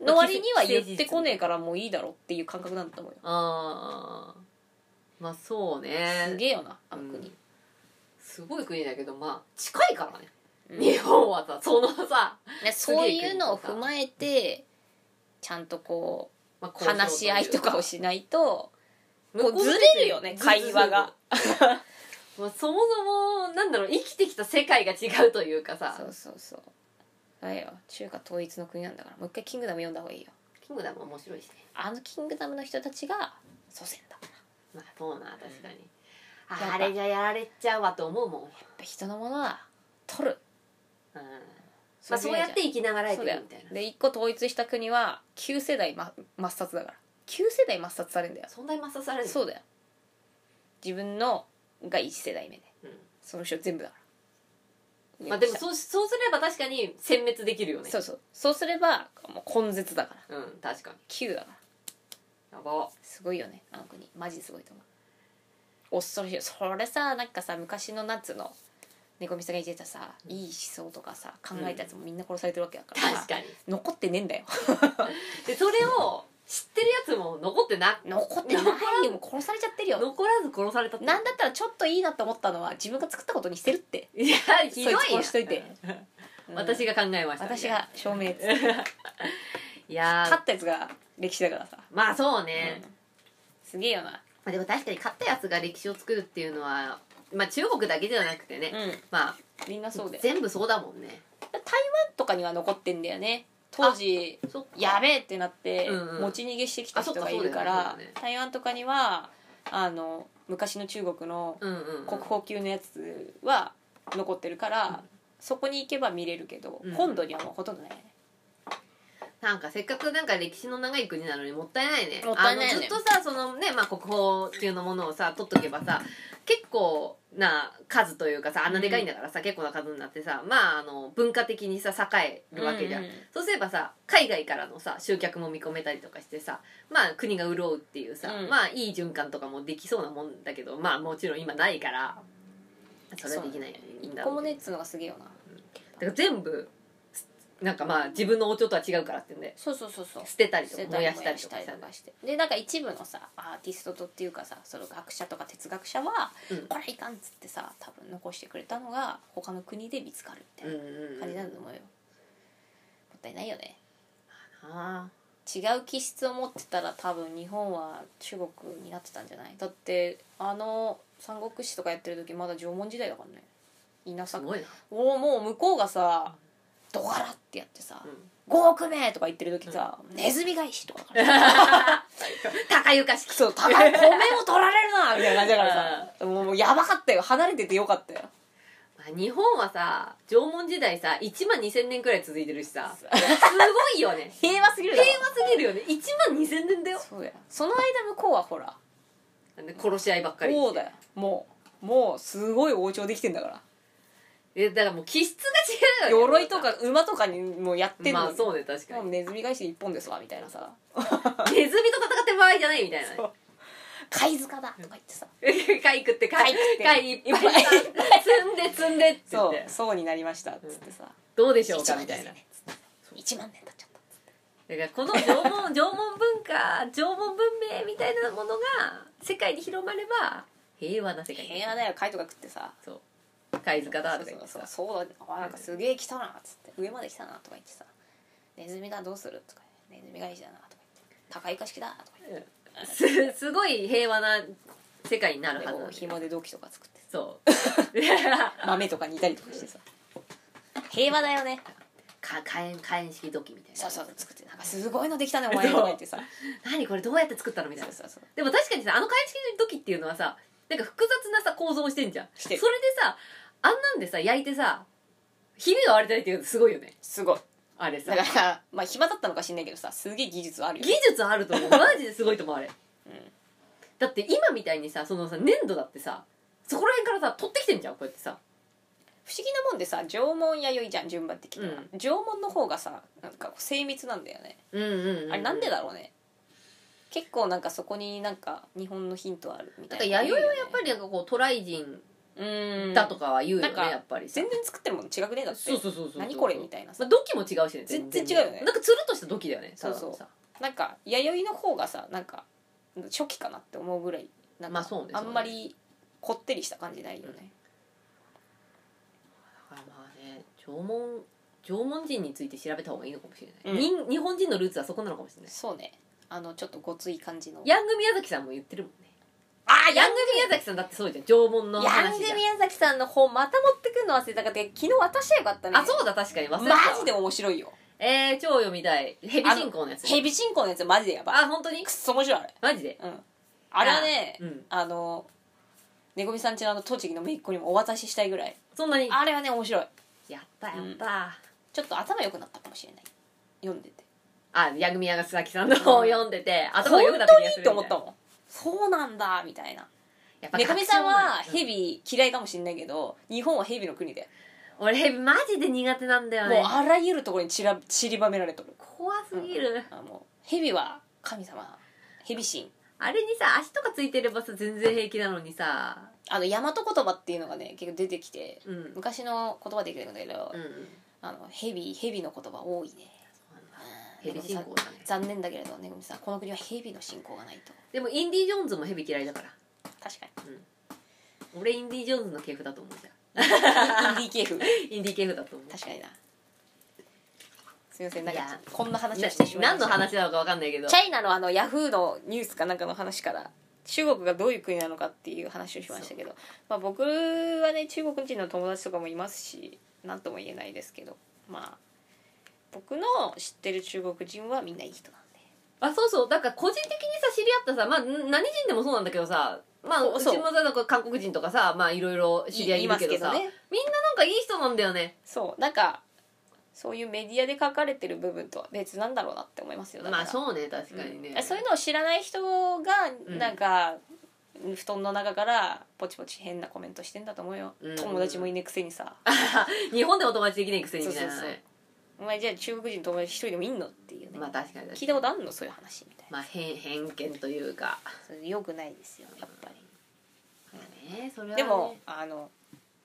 の割には言ってこねえからもういいだろっていう感覚なんだと思うよ
ああまあそう
す
ね
げえよなあの国、
うんすごい国だけどまあ近いからね、
うん
日本はさそのさ、
ね、そういうのを踏まえてちゃんとこ
ま
う話し合いとかをしない と
向こうの
こうずれるよね
ずずず
会話が
まあ、そもそもなんだろう生きてきた世界が違うというかさ
そうそうそうあれよ中華統一の国なんだからもう一回「キングダム」読んだ方がいいよ
キングダム面白いしね
あの「キングダム」の人たちが祖先だから
まあそうな確かに、
やっぱ
あれじゃやられちゃうわと思うもん、うん
やっぱ人のものは取る
まあ、そうやって生きながらえて
そうだ
る
よ
みたいな
で一個統一した国は旧世代、ま、抹殺だから旧世代抹殺されるんだよ
そんなに抹殺されるの
そうだよ自分のが1世代目で
う
その人全部だから
んまあ、でもそうそうすれば確かに殲滅できるよね
そうそうそうすればもう根絶だから
うん確かに
9だから
やば
すごいよねあの国マジですごいと思う恐ろしいよそれさなんかさ昔の夏の猫みさんが言ってたさいい思想とかさ考えたやつもみんな殺されてるわけだからさ、
確かに
残ってねえんだよ
でそれを知ってるやつも残ってな
残ってないよもう殺されちゃってるよ
残らず殺されたって
なんだったらちょっといいなと思ったのは自分が作ったことにしてるって、
いやひどいな
そいつ殺しといて
うん私が考えました
私が証明つ
いや
勝
ー
ったやつが歴史だからさ、
まあそう
う
ね
ん、すげえよな
まあ、でも確かに勝ったやつが歴史を作るっていうのはまあ中国だけじゃなくてね、
うん
まあ
みんなそうだよ
全部そうだもんね
台湾とかには残ってんだよね当時
そっか
やべえってなって
うんうん
持ち逃げしてきた人がいるか
あそっかそう
ら
だよね
台湾とかにはあの昔の中国の
うんうんうん
国宝級のやつは残ってるからそこに行けば見れるけど
うん
本土にはもうほとんどないよね
なんかせっかくなんか歴史の長い国なのにもったいないね
もったいないね
あのずっとさそのね、まあ、国宝級のものをさ取っとけばさ結構な数というかさあんなでかいんだからさ、結構な数になってさまああの文化的にさ栄えるわけじゃん、
うんうん
そうすればさ海外からのさ集客も見込めたりとかしてさまあ国が潤うっていうさ、
うん
まあいい循環とかもできそうなもんだけどまあもちろん今ないからそれはできないん
一
だ
個
ろ
も
うけ
ねっ
ど
つうのがすげえよな
だから全部なんかまあ自分の王朝とは違うからってんで
そうそうそうそう
捨てたりと
捨
か
て
燃やしたりとか
り
さ
とかしてでなんか一部のさアーティストとっていうかさその学者とか哲学者は、
うん
これいかんっつってさ多分残してくれたのが他の国で見つかるみたいな
うん
感じなんだと思うよ、もったいないよね
あ
違う気質を持ってたら多分日本は中国になってたんじゃないだってあの三国志とかやってる時まだ縄文時代だからね稲
す
作
ごいな、
おもう向こうがさドガラってやってさ「5億名!」とか言ってる時さ「ネズミ返し」とかだから
高床式
そう、高い、米も取られる なみたいな感じだからさ。もう、やばかったよ。離れててよかったよ。
まあ日本はさ縄文時代さ1万2000年くらい続いてるしさすごい よね
平和すぎる
平
だ
和
ろ。
すぎるよね1万2000年だよ
そうだよ。その間向こうはほら、
で殺し合いばっかり
こうだよ。もう、もう、すごい王朝できてんだか
えだからもう気質が違
ら。
うよね
鎧とか馬とかにもうやってんの
まあ
に。
そうね確か
もう
に
ネズミ返し一本ですわ、みたいなさ。
ネズミと戦ってる場合じゃないみたいなね
そう貝塚だとか言ってさ。
貝食って
貝
貝
食って
貝いっぱいさ
いっ
積んで積んでって言
そ
っ
う
て、
そうになりました。つってさ。
どうでし
一
ょうか
万
みたい
年
な
だね。つって一万年経っちゃった。
だからこの縄文縄文文化縄文文明みたいなものが世界に広まれば平和な世界
平和だよ、貝とか食ってさ。
そう貝塚だとか
そ
言っ
う
て
そ
さ
うそうそうだあなんかすげえ来たなっつって上まで来たなとか言ってさ「ネズミだどうする?」とか「ネズミ返しだな」とか言って「高い貸し器だ」とか言っ
す すごい平和な世界にな
て
るはず
でこ
なんだよ
う紐で土器とか作って
そう
豆とか煮たりとかしてさ平和だよね
か火炎火炎式土器みたいな
そうそうそう作ってなんかすごいのできたねお前とか言ってさ
何これどうやって作ったのみた
そ
いうな
そうそう
でも確かにさあの火炎式土器っていうのはさなんか複雑なさ構造をしてんじゃん
し
それ
て
で
る
さあんなんでさ焼いてさひびが割れたりっていうのすごいよね
すごい
あれさ
だからまあ暇だったのか知んないけどさすげえ技術あるよ
技
ね
術あると 思うマジですごいと思うあれ
うん
だって今みたいにさそのさ粘土だってさそこら辺からさ取ってきてんじゃんこうやってさ
不思議なもんでさ縄文弥生じゃん順番的には、縄文の方がさなんか精密なんだよね
うんうん
あれなんでだろうね結構なんかそこになんか日本のヒントあるみた
ないん
な
か弥生はやっぱりなんかこう渡来人
うん
だとかは言うよ
うん
ね
なんか
やっぱりさ
全然作ってるもん違くねえだって
そうそうそうそう
何これみたいな
ま
さ
あ、土器も違うしね
全然違うよね
なんかつるっとした土器だよね
そうそう
ただのさ
なんか弥生の方がさなんか初期かなって思うぐらいなん
まあ
か
そうね
あんまりこってりした感じないよね
だからまあね縄文縄文人について調べた方がいいのかもしれ
う
なんい、人日本人のルーツはそこなのかもしれない
そうねあのちょっとごつい感じの
ヤング宮崎さんも言ってるもんね
あ
ヤング宮崎さんだってそうじゃん縄文の
ヤン
話
グ
じゃん
宮崎さんの本また持ってくるの忘れたかって昨日渡しゃよかったね
あそうだ確かに忘れ
マ
てたわ
ジで面白いよ
えー、超読みたいヘビ進行のやつ
ヘビ進行のやつマジでやばい
あ本当に
くっそ面白いあれ
マジで
うんあれはね
うん
あのねこみさんちのあの栃木のめいっ子にもお渡ししたいぐらい
そんなに
あれはね面白い
やったやった、
ちょっと頭良くなったかもしれない読んでて
あヤング宮崎さんの本を読んでて頭が良く
本
なった
当
気
に
が
い
す
い
る
と思ったもんそうなんだみたいな
やっぱ
ねこみさんはヘ
ビ
ビ嫌いかもしれないけど日本はヘビの国で
俺ヘビマジで苦手なんだよ
もう
ね
あらゆるところに散ら散りばめられとる
怖すぎる、
あもうヘビは神様ヘビ神
あれにさ足とかついてればさ全然平気なのにさ
あの大和言葉っていうのがね結構出てきて
うん、
昔の言葉で言うんだけど、
うん
あのヘビヘビの言葉多いね
ヘビ進行だね
残念だけれどねぐみさんこの国はヘビの信仰がないと
でもインディ・ジョーンズもヘビ嫌いだから
確か
俺インディ・ジョーンズの系譜だと思うじゃん
に インディー系譜
インディ系譜だと思う
確かになすいませんなん
い
か
や
こんな話をしてし
な
まいまし
何
た
の話なのか分かんないけど
チャイナのあのヤフーのニュースかなんかの話から中国がどういう国なのかっていう話をしましたけど、まあ、僕はね中国人の友達とかもいますし何とも言えないですけどまあ僕の知ってる中国人はみんないい人なんで
あそうそうだから個人的にさ知り合ったさまあん何人でもそうなんだけどさまあ
そう
うちもさなんか韓国人とかさまあいろいろ知り合いいるけどさ
いいますね
なんかいい人なんだよね
そうなんかそういうメディアで書かれてる部分とは別なんだろうなって思いますよだから
まあそうね確かにね、
うんそういうのを知らない人が
うん
なんか、布団の中からポチポチ変なコメントしてんだと思うよ、
うん
友達もいねえくせにさ
日本でも友達できないくせにみたいなね
そうそうお前じゃあ中国人友達一人でもいんのっていうね、
まあ確かに確かに
聞いたことあんのそういう話みたいな
まあ偏偏見というか
それよくないですよやっぱり
まあねそれはね
でもあの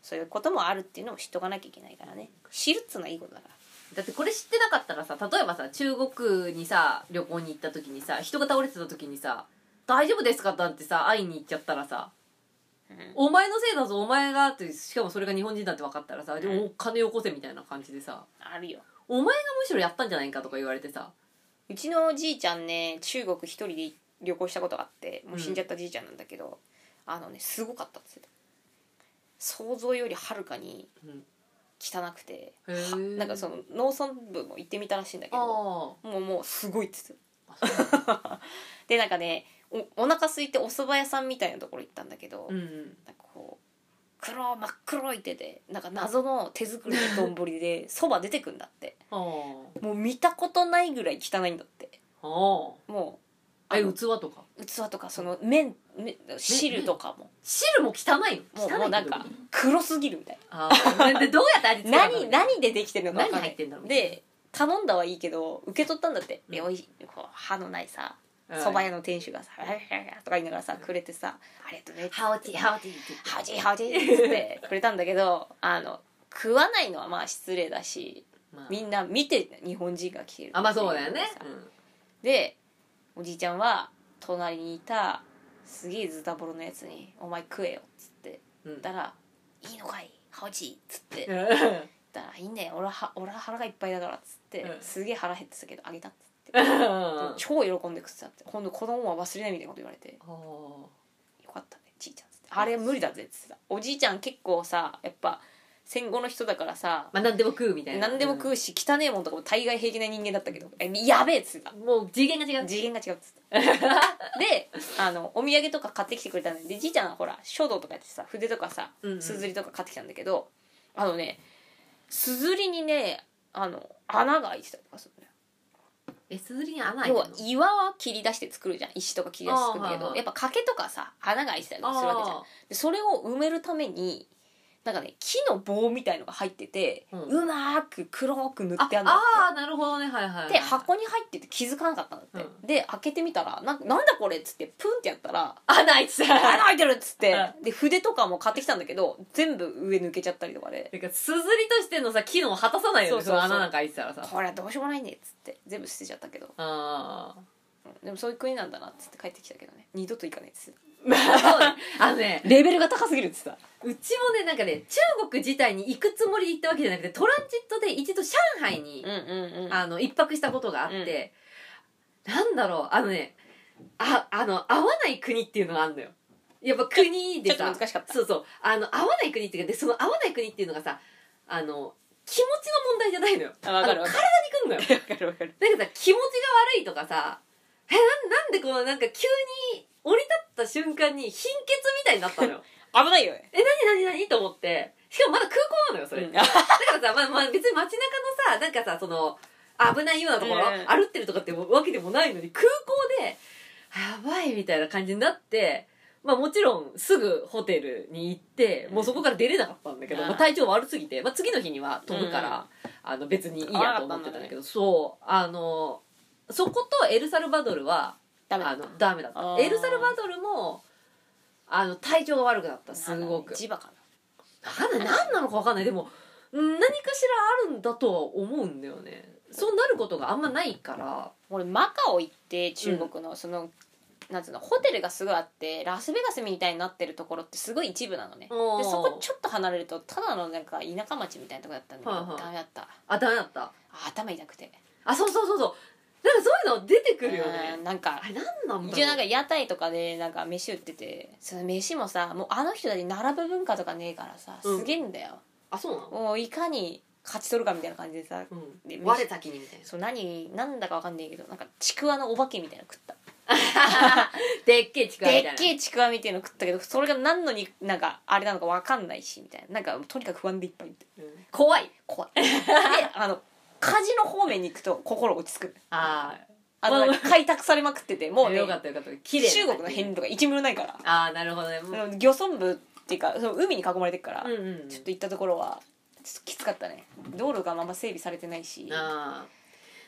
そういうこともあるっていうのも知っとかなきゃいけないからね知るっつうのはいいことだか
だってこれ知ってなかったらさ例えばさ中国にさ旅行に行った時にさ人が倒れてた時にさ「大丈夫ですか?」なんてさ会いに行っちゃったらさ
ら、うん
「お前のせいだぞお前が」ってしかもそれが日本人だって分かったらさ「で
うん
もお金よこせ」みたいな感じでさ
あるよ
「お前がむしろやったんじゃないか」とか言われてさ
うちのじいちゃんね中国一人で旅行したことがあってもう死んじゃったじいちゃんなんだけど、あのねすごかったっつってた想像よりはるかに
うん
汚くて、
へー
はなんかその農村部も行ってみたらしいんだ
「
け
あ
ど
ー
もうもうすごいっつってた
あそう
でなんかねおお腹空いてお蕎麦屋さんみたいなところ行ったんだけど、
うんうん
なんかこう黒真っ黒い手でなんか謎の手作りの丼でそば出てくんだって
あー
もう見たことないぐらい汚いんだって
あー
もう
あえ
の
器とか
器とかその麺麺汁とかも
汁も汚い
も
の汚
う
い
もうなんか黒すぎるみたい
あーでどうやって味付
な
けたの
何何でできてるのか分
何
かんな
入っ
い
てんだろう
で頼んだはいいけど受け取ったんだって、
うん
でおいしこう歯のないさ
うん
そば屋の店主がさ「ララララとか言いながらさくれてさ「ありがとうね」
ハオティハオティって言って
ハジハジ」ってくれたんだけど あの食わないのはまあ失礼だし
まあ
みんな見て日本人が来てる
あまあそうだよね
っていうのがさ、でおじいちゃんは隣にいたすげえズタボロのやつに「お前食えよ」っつって
うん
言
うん
ったら「いいのかいハオチ」っつって言っ
う
たら「いいんだよ俺はは俺は腹がいっぱいだから」っつって、
うん
すげえ腹減ってたけどあげたっつって、
ん
超喜んで食ってたって今度子供は忘れないみたいなこと言われて「よかったねじいちゃん」っつって「あれ無理だぜ」っつってたおじいちゃん結構さやっぱ戦後の人だからさ
まあ何でも食うみたいな
何でも食うし汚えもんとかも大概平気な人間だったけど「えやべえ」っつってた
うんもう次元が違う
次元が違うっつって であのお土産とか買ってきてくれたんでじいちゃんはほら書道とかやってさ筆とかさ
うんうん
すずりとか買ってきたんだけど、あのねすずりにねあの穴が開いてたりとかするのよ
えすずりに穴開
要
いて
は
るの
岩は切り出して作るじゃん石とか切り出して作るけ
あーはい
ど
はい
やっぱ欠けとかさ穴が開いてたりとかするわけじゃん
あ
でそれを埋めるためになんかね木の棒みたいのが入ってて、
う
うんまーく黒く塗
ー
ってあるの
ああーなるほどねはいはいはい
で箱に入ってて気づかなかったんだって、
う
で開けてみたらなんかなんだこれっつってプンってやったら
穴開いて
穴
た
開いてるっつって
う
で筆とかも買ってきたんだけど全部上抜けちゃったりとかで
てかすずりとしてのさ機能を果たさないよね
そうそうそう
の穴なんか開いてたらさ
これはどうしようもないねっつって全部捨てちゃったけど、
あ
うんでもそういう国なんだなっつって帰ってきたけどね二度と行かないっつって
ああのね
レベルが高すぎるっつってた
うちもねなんかね中国自体に行くつもりで行ったわけじゃなくてトランジットで一度上海に
うん、うんうん
あの一泊したことがあって、なんだろうあのねああの合わない国っていうのがあるのよやっぱ国で
ちょっ
さ
と難しかった
そうそうあの合わない国っていうかでその合わない国っていうのがさあの気持ちの問題じゃないのよ
あわかる
あの
わか
体にくんのよ
るわかるわかる
なんかさ気持ちが悪いとかさえななんでこのなんか急に降り立った瞬間に貧血みたいになったのよ
危ないよね
え何何何と思ってしかもまだ空港なのよそれ、
うんあ
だからさ、まあ、まあ別に街中のさなんかさその危ないようなところ、
うん
歩ってるとかってわけでもないのに空港でやばいみたいな感じになって、まあ、もちろんすぐホテルに行ってもうそこから出れなかったんだけど、
うん
まあ、体調悪すぎて、まあ、次の日には飛ぶから、あの別にいいやと思ってたんだけどそうあのそことエルサルバドルは
ダメだ
あのダメだっ
あ
た
ー
エルサルバドルもあの体調が悪くなったすごく
地場か
わかんない何なのかわかんないでもうん何かしらあるんだとは思うんだよねそうなることがあんまないから
俺マカオ行って中国のその、なんつうのホテルがすごいあってラスベガスみたいになってるところってすごい一部なのねで
おー
そこちょっと離れるとただのなんか田舎町みたいなとこだったんだけど、
はいはい
ダメだった
あダメだった
あ頭痛くて
あそうそうそうそうなんかそういうの出てくるよ
う
ね
んなんか
あれ何なんだ
一応なん
ろ
か屋台とかでなんか飯売っててその飯もさもうあの人たち並ぶ文化とかねえからさ
うん
すげえんだよ、
あそうなの
もういかに勝ち取るかみたいな感じでさ
う
で
ん我先にみたいな
そう何なんだかわかんないけどなんかちくわのお化けみたいなの食った
でっけえちくわみ
で
たいな
っけえちくわみたいなの食ったけどそれが何のになんかあれなのか分かんないしみたいななんかとにかく不安でいっぱいみたいな
うん怖い
怖いであのカジノ方面に行くと心落ち着く
あ
あのなんか開拓されまくってて
あ
もうね
よかったよかった綺麗
中国の
変
辺とか一ミリもないから
ああなるほどね、う
あの漁村部っていうかその海に囲まれてるから、
んうん
ちょっと行ったところはちょっときつかったね道路がまま整備されてないし
あ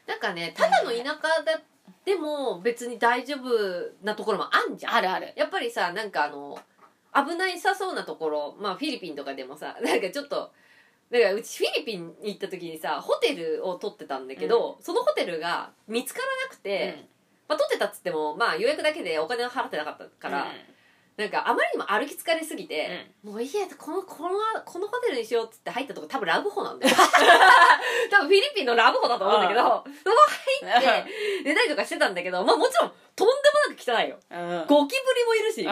ーなんかねただの田舎だでも別に大丈夫なところもあんじゃん
あるある
やっぱりさなんかあの危ないさそうなところまあフィリピンとかでもさ なんかちょっとなんかうちフィリピンに行った時にさホテルを取ってたんだけど、そのホテルが見つからなくて、まあ、取ってたっつってもまあ予約だけでお金を払ってなかった
う
か
ん
ら、なんかあまりにも歩き疲れすぎて、
うん
もういいやこのこのこのホテルにしようっつって入ったとこ多分ラブホなん だよ多分フィリピンのラブホだと思うんだけどそこ入 って寝たりとかしてたんだけどまあもちろんとんでもなく汚いよ
うんうんうん
ゴキブリもいるし、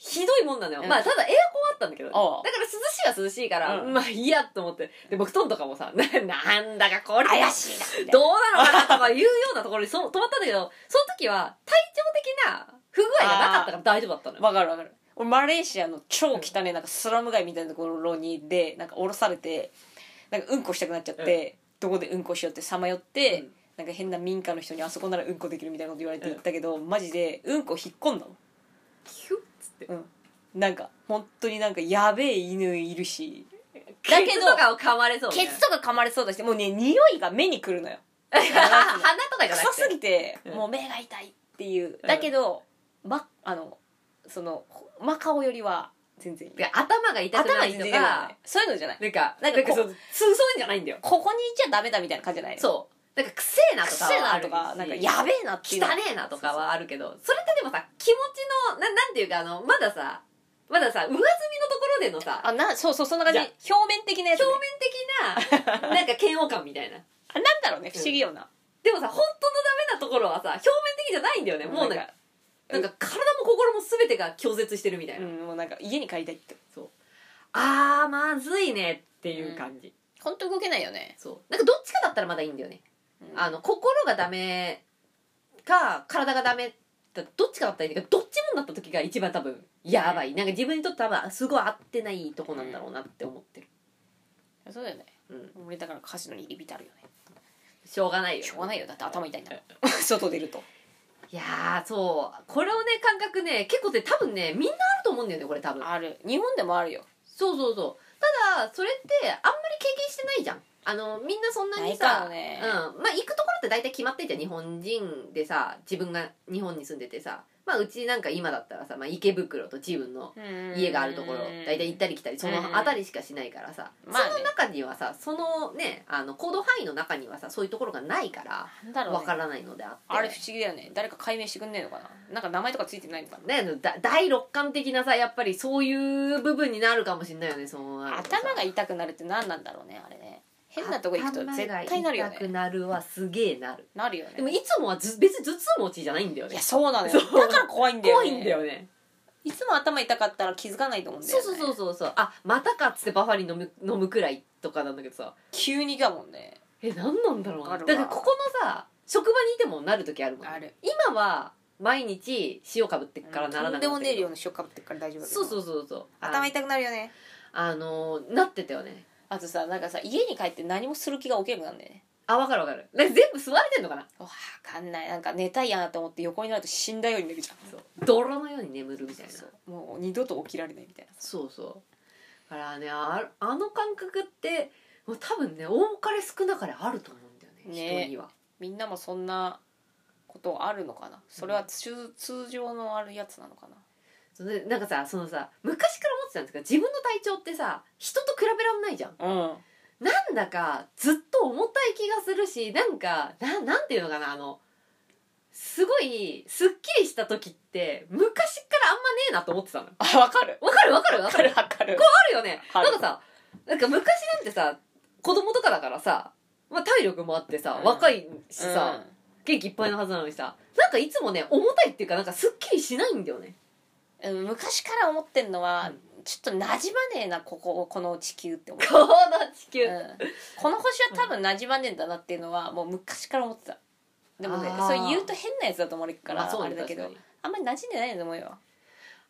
ひどいもんなのよ、
うん
まあただエアコンあったんだけどだから
おう
涼しいは涼しいから、
うん
まあいいやと思ってで僕布団とかもさな なんだかこれ
怪しいなみたいな
どうなのかなとかいうようなところにそ止まったんだけどその時は体調的な不具合がなかったから大丈夫だったのよ
わかるわかる俺マレーシアの超汚いなんかスラム街みたいなところにでなんか降ろされてなんかうんこしたくなっちゃって、どこでうんこしようってさまよって、
うん
なんか変な民家の人にあそこならうんこできるみたいなこと言われて行ったけど、マジでうんこ引っ込んだもん
キュッつって
なんか本当になんかやべえ犬いるし
だ
だ
け
け
ど
ど
ケツとかを噛まれそうみたい
ケ
な
ツとか噛まれそうだしてもうね匂いが目にくるのよ
鼻とかじゃなくて
臭すぎて
うん
もう目が痛いっていう、
うん
だけど、ま、あのそのマカオよりは全然いい
で頭が痛くな
頭
い
に
と
出
か
てるのねそういうのじゃない
なんかな
なんん
か
か
こ
こう
うそうそういうんじゃないんだよ
ここにいちゃダメだみたいな感じじゃない
そうなんかくせえなとか
癖
は
な
ある
と
し
かなんかやべえなっていう
汚ねえなとかはあるけどそれってでもさ気持ちのななんていうかあのまださまださ上積みのところでのさ
あなそうそうそんな感じ
じゃ
表面的なやつ、
表
ね、
面的 ななんか嫌悪感みたいな
あなんだろうね不思議よな、
でもさ本当のダメなところはさ表面的じゃないんだよねもうなんか
な
な
んんか
か体も心も全てが拒絶してるみたいな
うんもうなんか家に帰りたいって
あーまずいねっっていう感じ、
本当動けないよね、
そうなんかどっちかだったらまだいいんだよね、
うん
あの心がダメか体がダメだどっちかだったらいいんだけどどっちもだった時が一番多分やばい、なんか自分にとって多分すごい合ってないとこなんだろうなって思ってる、
そうだよね、
う
俺だからカジノに入り浸るよね
しょうがないよ
しょうがないよだって頭痛いんだもん外出ると
いやーそうこれをね感覚ね結構で多分ねみんなあると思うんだよねこれ多分
ある日本でもあるよ
そうそうそうただそれってあんまり経験してないじゃんあのみんなそんな
な
に
いか
さ
らね、
うん、まあ行くところって大体決まってんじゃん日本人でさ自分が日本に住んでてさまあうちなんか今だったらさ、まあ、池袋と自分の家があるところ大体行ったり来たりその辺りしかしないからさ、
うんまあね
その中にはさそのねあの行動範囲の中にはさそういうところがないから
なんだろう、ね、
わからないのであって
あれ不思議だよね誰か解明してくんねえのかななんか名前とかついてないのかな
ね、だ第六感的なさやっぱりそういう部分になるかもしんないよねそうなるとさ
頭が痛くなるって何なんだろうねあれね変なとこ行くと絶対なるよ
頭が痛く
ね
なるはすげえなる
なるよ
でも
ね
いつもはず別に頭痛持ちじゃないんだよ
い
ね
やそうなのよ
そう
だから怖いんだよ、
怖
ね、
いんだよね
いつも頭痛かったら気づかないと思うんだよ、
そう
ね、
そうそうそうそうあまたかっつってバファリン飲む飲むくらいとかなんだけどさ
急にかもんね
え何なんだろう
わか
な
る
だ
わ
からここのさ職場にいてもなる時あるもんね
ある
今は毎日塩かぶってっからなら
と
なんく
で
な
も
った
ねえ
けど
量の塩かぶってっから大丈夫だけど
そうそうそうそう
頭
あ
痛くなるよね
あのなってたよね
あとさなんかさ家に帰って何もする気が起きなくなるんだよね
あわかるわかるで全部吸われてんのかな
わかんないなんか寝たいやなと思って横になると死んだようになるじゃん
そう泥のように眠るみたいな
そうもう二度と起きられないみたいな
そうそうだからねああの感覚ってもう多分ね多かれ少なかれあると思うんだよね
ね
人には
みんなもそんなことあるのかなそれは通,、通常のあるやつなのかな
そのなんかさそのさ昔から思ってたんですけど自分の体調ってさ人と比べらんないじゃん
うん
なんだかずっと重たい気がするしなんかななんていうのかなあのすごいすっきりした時って昔からあんまねえなと思ってたの
あわかる
わかるわかるわ
わ
か
か
る
るわかる
あるよね。
あ
な
る
んかさ、なんか昔なんてさ、子供とかだからさ、まあ体力もあってさ
う、ん
若いし
うん
さ、元気いっぱいのはずなのにさ、なんかいつもね、重たいっていうか、なんかすっきりしないんだよね。
うん昔から思ってんのは、
う
ちょっとなじまねえなここ この地球って思う、
この地球。
うんこの星は多分なじまねえんだなっていうのはもう昔から思ってたでもね
あー
それ言うと変なやつだと思われるから、
ま
あ、
そうね
れだけど
確かに
あんまり馴染んでないと思うよ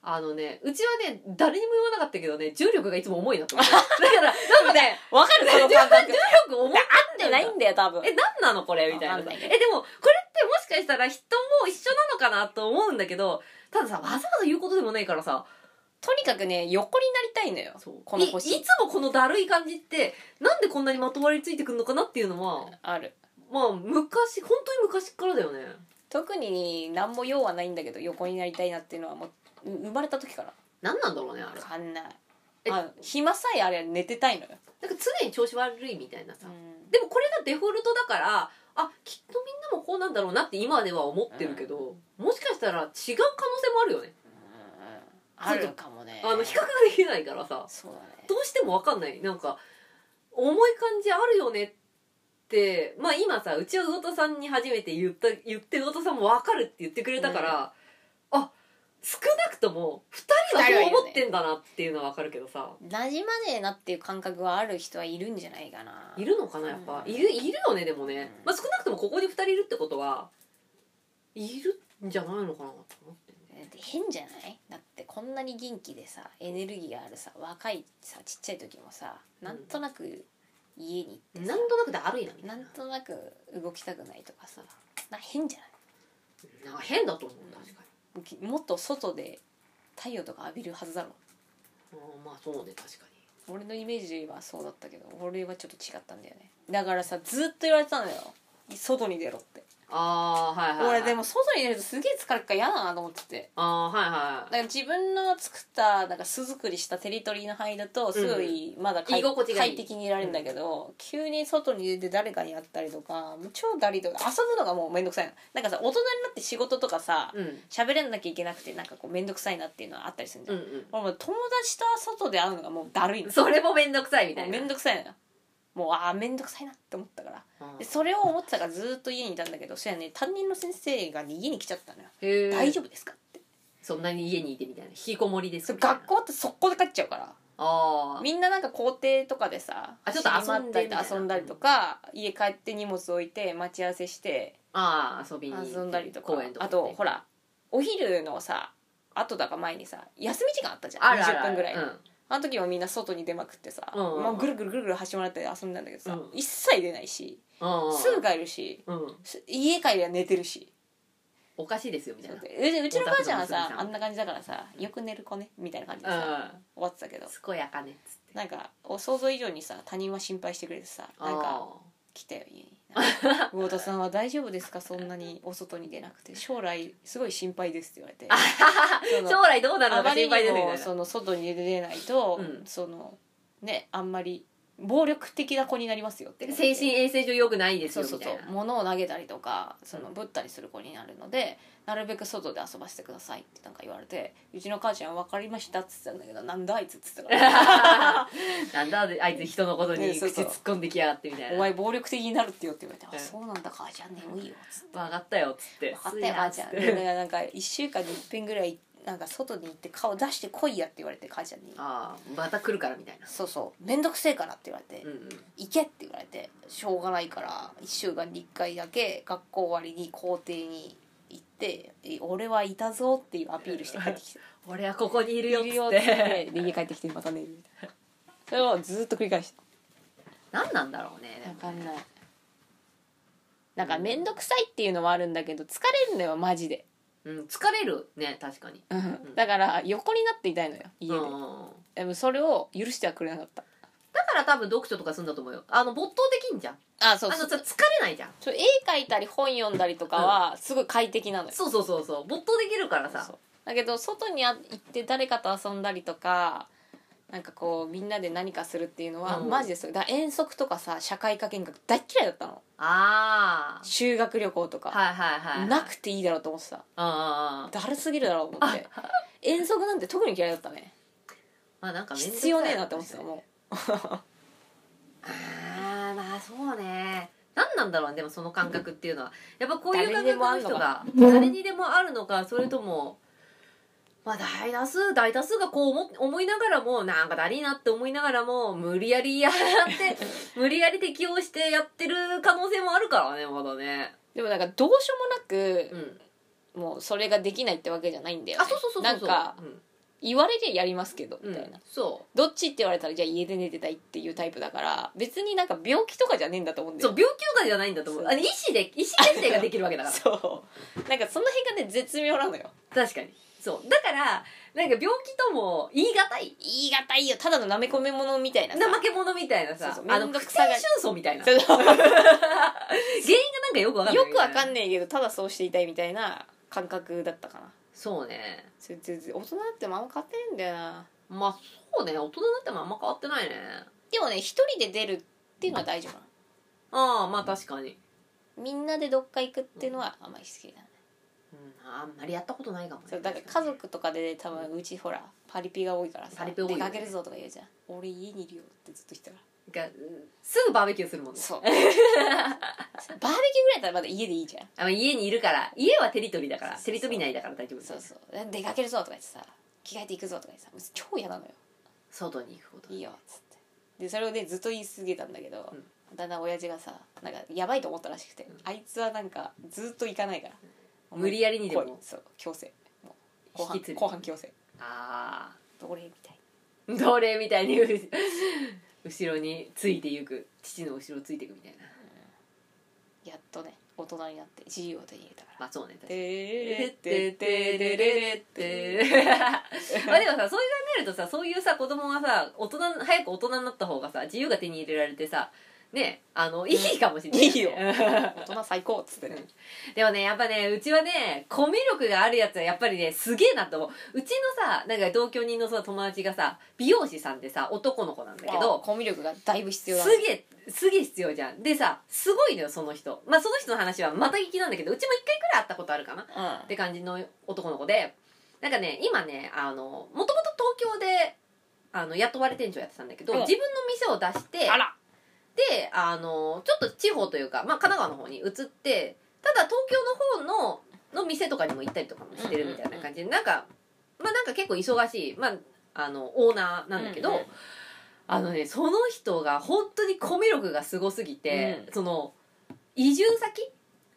あのね、うちはね、誰にも言わなかったけどね、重力がいつも重いなと思って。だから、なんかね、
わかるその感覚
重力重い。合っ
ってないんだよ多分
え、なんなのこれみたいな
わかんない
え、
け
で
ど
も、これってもしかしたら人も一緒なのかなと思うんだけど、たださ、わざわざ言うことでもないからさ、
とにかくね横になりたいのよ
そう
この星
いいつもこのだるい感じってなんでこんなにまとわりついてくるのかなっていうのは
ある
まあ昔本当に昔からだよね
特に何も用はないんだけど横になりたいなっていうのはもうう生まれた時から
何なんだろうねあれ
わかんない
え
あ暇さえあれば寝てたいのよ、
なんか常に調子悪いみたいなさ、でもこれがデフォルトだからあきっとみんなもこうなんだろうなって今では思ってるけど、もしかしたら違う可能性もあるよね、
あるかもね
あの比較ができないからさ
そうだね
どうしても分かんないなんか重い感じあるよねってまあ今さうちは魚田さんに初めて言った言って魚田さんも分かるって言ってくれたから、あ少なくとも2人はそう思ってんだなっていうのは分かるけどさ
なじまねえなっていう感覚はある人はいるんじゃないかない
るのかなやっぱ、
うん
いるいるよねでもね
う、ん
まあ、少なくともここに2人いるってことはいるんじゃないのかなと思って
だって変じゃないだってこんなに元気でさエネルギーがあるさ若いさちっちゃい時もさなんとなく家に行って
な
さ、
んとなくだるいなみた
ないん
な
となく動きたくないとかさな変じゃない
なんか変だと思う確かに、
もうきもっと外で太陽とか浴びるはずだろ
うんまあそうね確かに
俺のイメージはそうだったけど俺はちょっと違ったんだよねだからさずっと言われてたのよ外に出ろって
ああはいはい、はい、
俺でも外に出るとすげえ疲れるから嫌だなと思ってて
ああーはいはい
だから自分の作ったなんか巣作りしたテリトリーの範囲だとすごいまだ快,、
居心地がいい
快適にいられるんだけど、急に外に出て誰かに会ったりとかもう超だりとか遊ぶのがもうめんどくさいのなんかさ大人になって仕事とかさ
うん
喋れなきゃいけなくてなんかこうめんどくさいなっていうのはあったりするんじゃん
うん
俺もう友達と外で会うのがもうだるいの
それも面倒くさいみた
もう
い
め
なん
どくさいのよもうああめんどくさいなって思ったからでそれを思ってたからずーっと家にいたんだけどそやね担任の先生がね家に来ちゃったのよ「
大
大丈
丈夫
夫ですか?」って
そんなに家にいてみたいな引きこもりです
それ
みたいな
学校って速攻で帰っちゃうから
あ
みんななんか校庭とかでさ
あちょっと遊
走り回っ
んで
たり
みたいな
遊んだりとか、家帰って荷物置いて待ち合わせして
ああ遊びに行って
遊んだりとか
公園とか
あとほらお昼のさ後だか前にさ休み時間あったじゃん
あるある
20分ぐらい、
うん、
あの時もみんな外に出まくってさ、
うんうんうん
まあ、ぐるぐるぐるぐる走り回って遊んだんだけどさ、
う
一切出ないし、
うんうん
すぐ帰るし
うん、
す家帰りは寝てるし
おかしいですよみたいな
でうちうちの母ちゃんは
お宅の娘さ
さ
ん
あんな感じだからさよく寝る子ねみたいな感じでさ
う
終わってたけど
ん健やかねっつって
なんかお想像以上にさ他人は心配してくれてさなんか
あ
来たよ家に「魚田さんは大丈夫ですかそんなにお外に出なくて将来すごい心配です」って言われて
ー
その
将来どうなる
あ
の
ま
か
り
心配
に
ですみ
も
たいな
その外に出ないと、
うん
そのねあんまり暴力的な子になりますよって
精神衛生上良くないです
そう
よ
そ
み
う
た
そ
いうな
物を投げたりとかそのぶったりする子になるので、なるべく外で遊ばせてくださいってなんか言われてうちの母ちゃんは分かりましたっつってたんだけどなんだあいつっつってたから
なんだあいつ人のこと
ね
に口
そうそう
突っ込んできやがってみたい
お
な
前暴力的になるってよって言われて、
うん
あそうなんだかじゃあ眠いよっつって
分かったよっつって
分かったよ母ちゃん
つ
だか
いなっつって
らなんか1週間に一遍ぐらいなんか外に行って顔出してこいやって言われて母ちゃんに
ああまた来るからみたいな
そうそう面倒くせえからって言われて、
うんうん
行けって言われてしょうがないから1週間に1回だけ学校終わりに校庭に行って「え俺はいたぞ」っていうアピールして帰ってきて「
俺はここ にいる
い
よっ
る
つ
よ」っ
ってて
で家帰ってきてまた寝るみたいなそれをずっと繰り返して
何なんだろうねで
わ
も
かんないなんか面倒くさいっていうのはあるんだけど疲れるのよマジで、
うん疲れるね確かに
うんだから横になっていたいのよ家で、
うん
でもそれを許してはくれなかった
だから多分読書とかするんだと思うよあの没頭できんじゃん
あそ
あ
うそ
の
う
さ疲れないじゃん
そう絵描いたり本読んだりとかはすごい快適なのよ
そうそうそうそう没頭できるからさ
そうだけど外にあ行って誰かと遊んだりとかなんかこうみんなで何かするっていうのは、
うん
マジですよだから遠足とかさ社会科見学大っ嫌いだったの
あ
修学旅行と
あ
か、
はいはいはいはい
なくていいだろうと思ってた
ああ
だるすぎるだろうと思って 遠足なんて特に嫌いだったね
まあなんか面倒くさ
必
い
要ねえなって思ってたも
ああまあそうね何なんだろうねでもその感覚っていうのはやっぱこういう感覚の人が誰にでもあるのかそれともまあ大多数大多数がこう思思いながらもなんかだりーなって思いながらも無理やりやって 無理やり適応してやってる可能性もあるからねまだね
うでもなんかどうしよう
う
もなく、
ん
もうそれができないってわけじゃないんだよ、ね、
あそうそうそうそう
なんか
うん
言われりゃやりますけどみたいな、
うん、そ
どっちって言われたらじゃあ家で寝てたいっていうタイプだから別になんか病気とかじゃねえんだと思うん
う
だよ
そう病気とかじゃないんだと思うあの意思で意思決定ができるわけだ か ら
そうなんかその辺がね絶妙なのよ
確かにそうだからなんか病気とも言い難い
言い難いよただのなめこめ者みたいなさ
怠け者みたいなさ
そうそう
あの
面
不
倒
正
くさがり
収層みたいな原
そうそう
因がなんかよくわかんない
よくわかん
い
ねえけどただそうしていたいみたいな感覚だったかな
そうね
全然大人になってもあんま変わってないんだよな
まあそうね大人になってもあんま変わってないね
でもね一人で出るっていうのは大丈夫な
ああまあ確かに、
のみんなでどっか行くっていうのはあんまり好きじゃない、
うん、あんまりやったことないかもね
そうだから家族とかで多分うちほらパリピが多いからさ
パリピ多いよ
出
ね
かけるぞとか言うじゃん俺家にいるよってずっと言ってたから
なんかうんすぐバーベキューするもんね
そう バーベキューぐらいだったらまだ家でいいじゃん
あの家にいるから家はテリトリーだから
そうそう
テリトリー内だから大丈夫
そうそう出かけるぞとか言ってさ着替えていくぞとか言ってさもう超嫌なのよ
外に行くこと
いいよっつってでそれをねずっと言い続けたんだけど、だんだん親父がさなんかやばいと思ったらしくて、あいつはなんかずっと行かないから
無理やりにで
こう
も
そう強制もう後半
引き継ぎ
後半強制
ああ
どれみたい
奴隷みたいにう後ろについていく父の後ろをついていくみたいな
なやっとね大人になって自由を手に入れたから
まあそうね確かに
でーて
ててて
てれ
れれ
れ
っ
ってて
まあでもさそういう考えるとさそういうさ子供はさ大人早く大人になった方がさ自由が手に入れられてさねあのいいかもしれない、
いいよ大人最高っつってね
でもねやっぱねうちはねコミュ力があるやつはやっぱりねすげえなと思ううちのさなんか同居人のさ友達がさ美容師さんでさ男の子なんだけど
あーコミュ力がだいぶ必要だ
すげえすげえ必要じゃんでさすごいのよその人まあその人の話はまた聞きなんだけどうちも一回くらい会ったことあるかな
うん
って感じの男の子でなんかね今ねあのもともと東京であの雇われ店長やってたんだけど、
うん
自分の店を出して
あら
であのちょっと地方というか、まあ、神奈川の方に移ってただ東京の方のの店とかにも行ったりとかもしてるみたいな感じで、なんかまあなんか結構忙しいまああのオーナーなんだけど、
うんうん
あのねその人が本当にコミュ力がすごすぎて、その移住先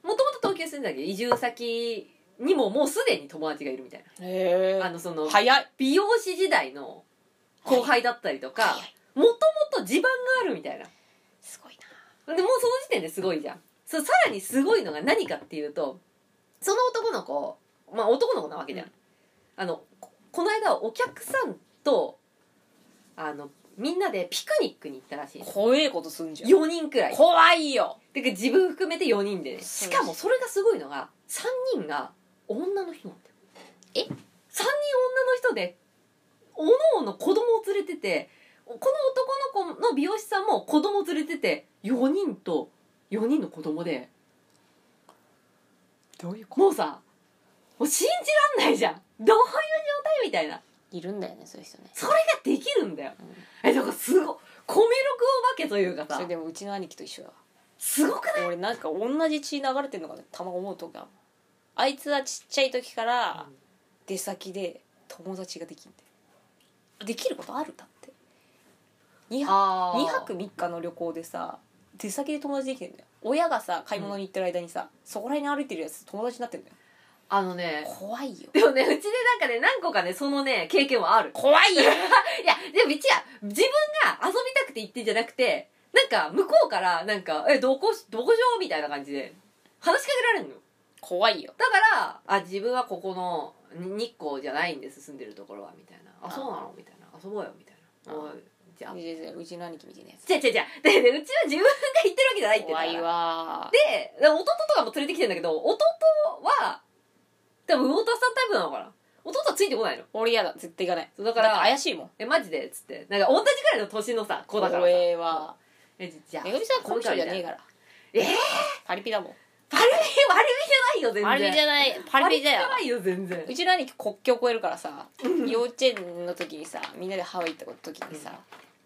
もともと東京に住んでたけど移住先にももうすでに友達がいるみたい
へ
なあのその
早い
美容師時代の後輩だったりとか
早い
もともと地盤があるみたいな
すごい
でもうその時点ですごいじゃんそうさらにすごいのが何かっていうとその男の子まあ男の子なわけじゃん、
うん
あのここの間お客さんとあのみんなでピクニックに行ったらしい
な怖えことすんじゃん
4人くらい
怖いよ
てか自分含めて4人でね
そ
し
う
かもそれがすごいのが3人が女の人なんだよ
え
?3 人女の人でおのおの子供を連れててこの男の子の美容師さんも子供を連れてて4人と4人の子供で
どういう
もうさもう信じらんないじゃんどういう状態みたいない
るんだよねそういう人ね、
それができるんだよ
うん
えだからすごいコミュ力お化けというか
そ
さ
れでもうちの兄貴と一緒だわ
すごくない
俺なんか同じ血流れてんのかなたま思うとかあいつはちっちゃい時から
うん
出先で友達ができんでできることあるだって2泊
あ
2泊3日の旅行でさ出先で友達できてんだよ親がさ買い物に行ってる間にさ、そこら辺に歩いてるやつ友達になってんだよ
あのね
怖いよ
でもね、うちでなんかね、何個かね、そのね、経験はある。
怖いよ
いや、でも一応、自分が遊びたくて行ってんじゃなくて、なんか、向こうから、なんか、え、どこし、どこしようみたいな感じで、話しかけられるの。
怖いよ
だから、あ、自分はここの、に日光じゃないんです、住んでるところは、みたいな。
あ
あ、そうなのみたいな。遊ぼうよ、みたいな。
あ
おいじゃあ。
いやいやいやうちの兄貴みたいなやつ
じゃじゃじゃで、でうちは自分が行ってるわけじゃないって言っ
怖
てた
い
から
わ
で、で弟とかも連れてきてんだけど、弟は、多分、魚田さんタイプなのかな。弟はついてこないの。
俺嫌だ絶対行かない
そうだか
だから
ら、
怪しいもん
えマジでっつってなんか同じくらいの年のさ子だからさ
俺は
えじじゃあ
めぐみさんコミュ障じゃねえ
が
から
えー、
パリピだもん
パルミ悪みじゃないよ全然
パリピじゃないパリピだよ
悪いじゃないよ全然
うちの兄貴国境越えるからさ幼稚園の時にさみんなでハワイ行った時にさ、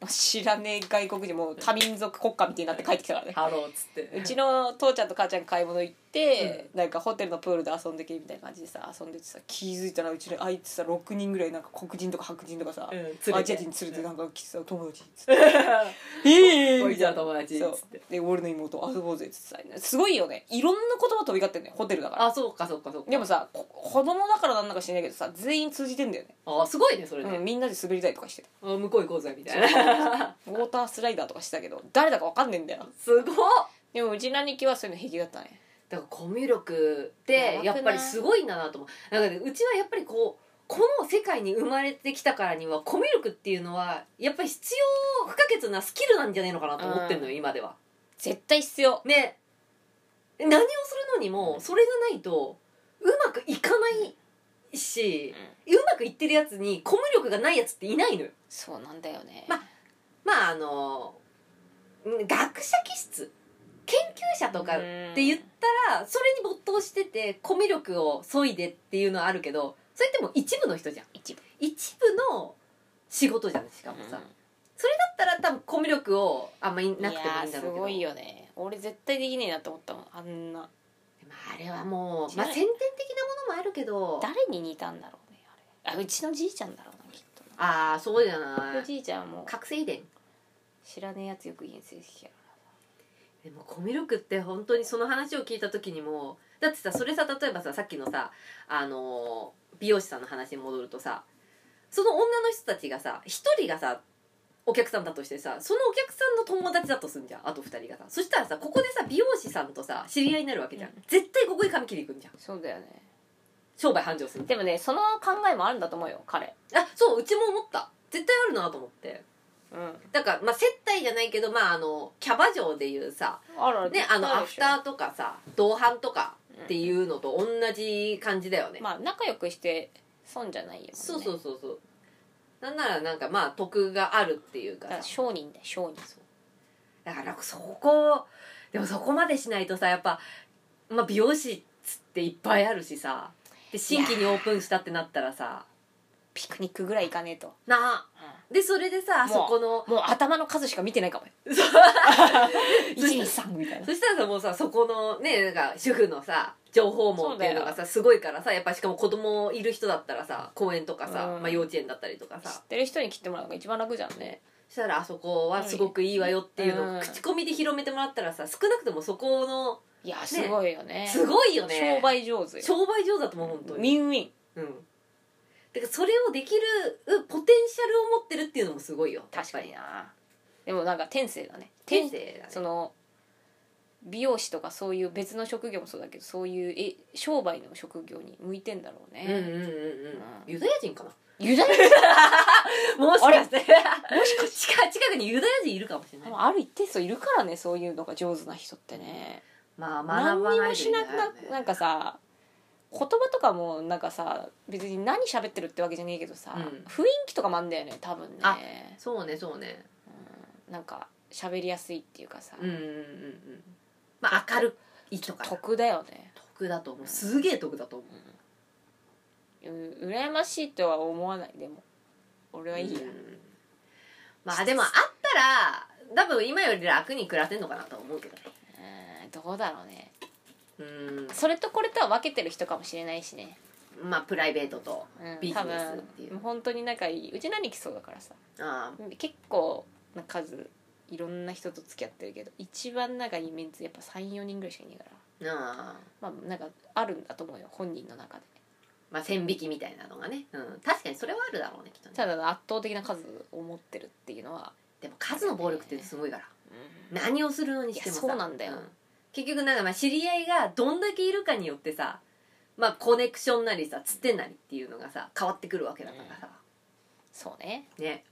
知らねえ外国人もう多民族国家みたいになって帰ってきたからね
ハローっつって
うちの父ちゃんと母ちゃん買い物行って、なんかホテルのプールで遊んでけみたいな感じでさ遊んでてさ気づいたらうちのあいつさ6人ぐらいなんか黒人とか白人とかさ、
うん連れ
アジア
て
人連れてなんか来てさ友達っつって「
う
ええ
ん
ー!」
おい
み
じゃ
た
あ
いな
友達っ
そう
つって
で俺の妹遊ぼうぜっつってさすごいよねいろんな言葉飛び交ってんねホテルだから
あそうかそうかそうか
でもさこ子供だからなんだか知んないけどさ全員通じてんだよね、
あすごいねそれ
う
ね
ん、みんなで滑り台とかしてた
あ向こう行こうぜみたいな
ウォータースライダーとかしてたけど誰だか分かんねえんだよ
すごっ
でもうちの兄貴はそういうの平気だったね
だからコミュ力ってやっぱりすごいんだなと思うなんかねうちはやっぱりこうこの世界に生まれてきたからにはコミュ力っていうのはやっぱり必要不可欠なスキルなんじゃないのかなと思ってるのよ今では
絶対必要
ね何をするのにもそれがないとうまくいかないしうまくいってるやつにコミュ力がないやつっていないのよ
そうなんだよね、
ままああのうん学者気質研究者とかって言ったらそれに没頭しててコミュ力を削いでっていうのはあるけどそれってもう一部の人じゃん
一部
一部の仕事じゃんしかもさ、だったら多分コミュ力をあんまり
うん
なくても
いやー
いいんだろ
す
うけど
ごいよね俺絶対できねえなと思ったもんあんな
まあ、あれはもう、
違う
まあ、先天的なものもあるけど
誰に似たんだろうねあれあうちのじいちゃんだろうなきっと
ああそうじゃな
お
い
じいちゃんはもう
覚醒遺伝
知らねえやつよく言えん成績や
でもコミュ力って本当にその話を聞いた時にもだってさそれさ例えばささっきのさあのー美容師さんの話に戻るとさその女の人たちがさ一人がさお客さんだとしてさそのお客さんの友達だとすんじゃんあと二人がさそしたらさここでさ美容師さんとさ知り合いになるわけじゃん、
うん
絶対ここに髪切り行くんじゃん
そうだよね
商売繁盛するんじ
でもねその考えもあるんだと思うよ彼
ゃんあそううちも思った絶対あるなと思って
うん
だからまあ接待じゃないけどまああのキャバ嬢でいうさ
あるある
ね、あのアフターとかさ同伴とかって
う
いうのと同じ感じだよね,、
んまあ仲良くして損じゃないよ、ね、
そうそううそうそうなんならなんかまあ得があるっていうか
だから
さ
商人だよ商人
だからそこをでもそこまでしないとさやっぱ、まあ、美容室っていっぱいあるしさで新規にオープンしたってなったらさ
ピクニックぐらい行かねえと、
なあでそれでさ
も
あ
う
そこの
もう頭の数しか見てないかもよ
そう
123みたいな
そしたらさもうさそこのねなんか主婦のさ情報網っていうのがさすごいからさやっぱしかも子供いる人だったらさ公園とかさ、
うん
まあ、幼稚園だったりとか
知
さ
ってる人に切ってもらうのが一番楽じゃんね
したらあそこはすごくいいわよっていうの
う
を
ん
口コミで広めてもらったらさ少なくともそこの
いやすごいよね
すごいよね
商売上手よ
商売上手だと思う本当
ウィ
に
ンウィン
うんだからそれをできるうポテンシャルを持ってるっていうのもすごいよ
確かに
やっ
なでもなんか天性だね
ぱり天性だ
そ
ね
の美容師とかそういう別の職業もそうだけどそういうえ商売の職業に向いてんだろう
うんうん
ね、
うんうん
うん
ユダヤ人かな
ユダヤ
もしかして
もしかし
近 近くにユダヤ人いるかもし
て
れな
で
い
もある一定数いるからねそういうのが上手な人ってね
まあ
何
学
に
ばない
もしなくななんか
さ、
さ言葉とかもなんかさ別に何喋ってるってわけじゃねえけどさ、
うん
雰囲気とかもあんだよね多分ね
あそうねそうね
うんなんか喋りやすいっていうかさ、
うんうんうんうんまあ明るいとか
得だよね
得だと思うすげえ得だと思う
う羨ましいとは思わないでも俺はいいや、
うんまあでもあったら多分今より楽に暮らせんのかなとは思うけどね
うんどうだろうね
うん
それとこれとは分けてる人かもしれないしね、
まあプライベートと
うん、
ビジネスっていう
多分本当に仲いいうち何来そうだからさ
あ
結構な数いろんな人と付き合ってるけど一番仲いいメンツやっぱ34人ぐらいしかいないから
ーあ
ま
ー
あなんかあるんだと思うよ本人の中で
まあ線引きみたいなのがね、うん、確かにそれはあるだろうねきっとね
ただ圧倒的な数を持ってるっていうのは、
でも数の暴力ってすごいから
うん
何をするのにしてもさ
いやそうなんだよ
結局なんかまあ知り合いがどんだけいるかによってさまあコネクションなりさつてなりっていうのがさ変わってくるわけだからさ、
そうね、
ね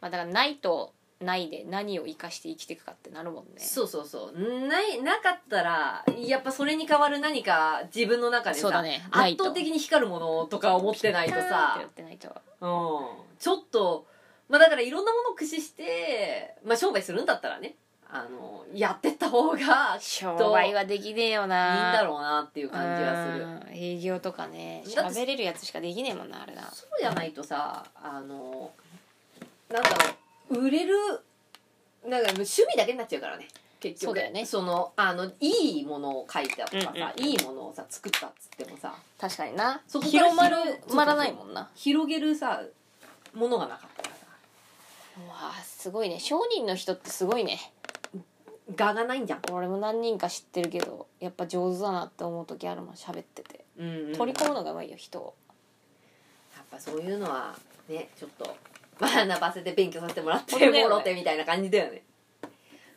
まあ、だからないとないで何を生かして生きていくかってなるもんね
そうそうそうないなかったらやっぱそれに代わる何か自分の中で
そうだ
さ、
ねな
圧
いと
倒的に光るものとかを持ってないと
ピカーンってやっ、
さ
てないと
うん、ちょっとまあだからいろんなものを駆使して、まあ、商売するんだったらねあのやってった方がい
商売はできねえよ
いん
な
だろうなっていう感じはする。
うん営業とかね
だって
喋れるやつしかできねえもんなあれな
そうじゃないとさあのなんだろう売れるなんか趣味だけになっちゃうからね結局
そうだよね
そのあのいいものを書いたとかさ、
うんうんうん
いいものをさ作ったっつってもさ
確かにな
そこから
広まる
広
まらないもんな
広げるさものがなかったからさ
うわあすごいね商人の人ってすごいね
画がないんじゃん、
俺も何人か知ってるけどやっぱ上手だなって思う時あるもん喋ってて
うん
取り込むのがうまいよ人を
やっぱそういうのはねちょっと学ばせて勉強させてもらって
本当だよ
も
ね
ろてみたいな感じだよね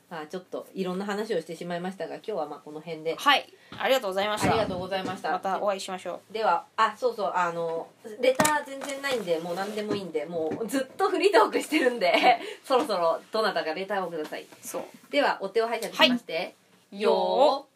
まあちょっといろんな話をしてしまいましたが今日はまあこの辺で
はいありがとうございま
あ
し
り
た
がとうございました
またお会いしましょう
ではあそうそうあのレター全然ないんでもう何でもいいんでもうずっとフリートークしてるんで そろそろどなたかレターをください
そう
ではお手を拝借しまして、
よー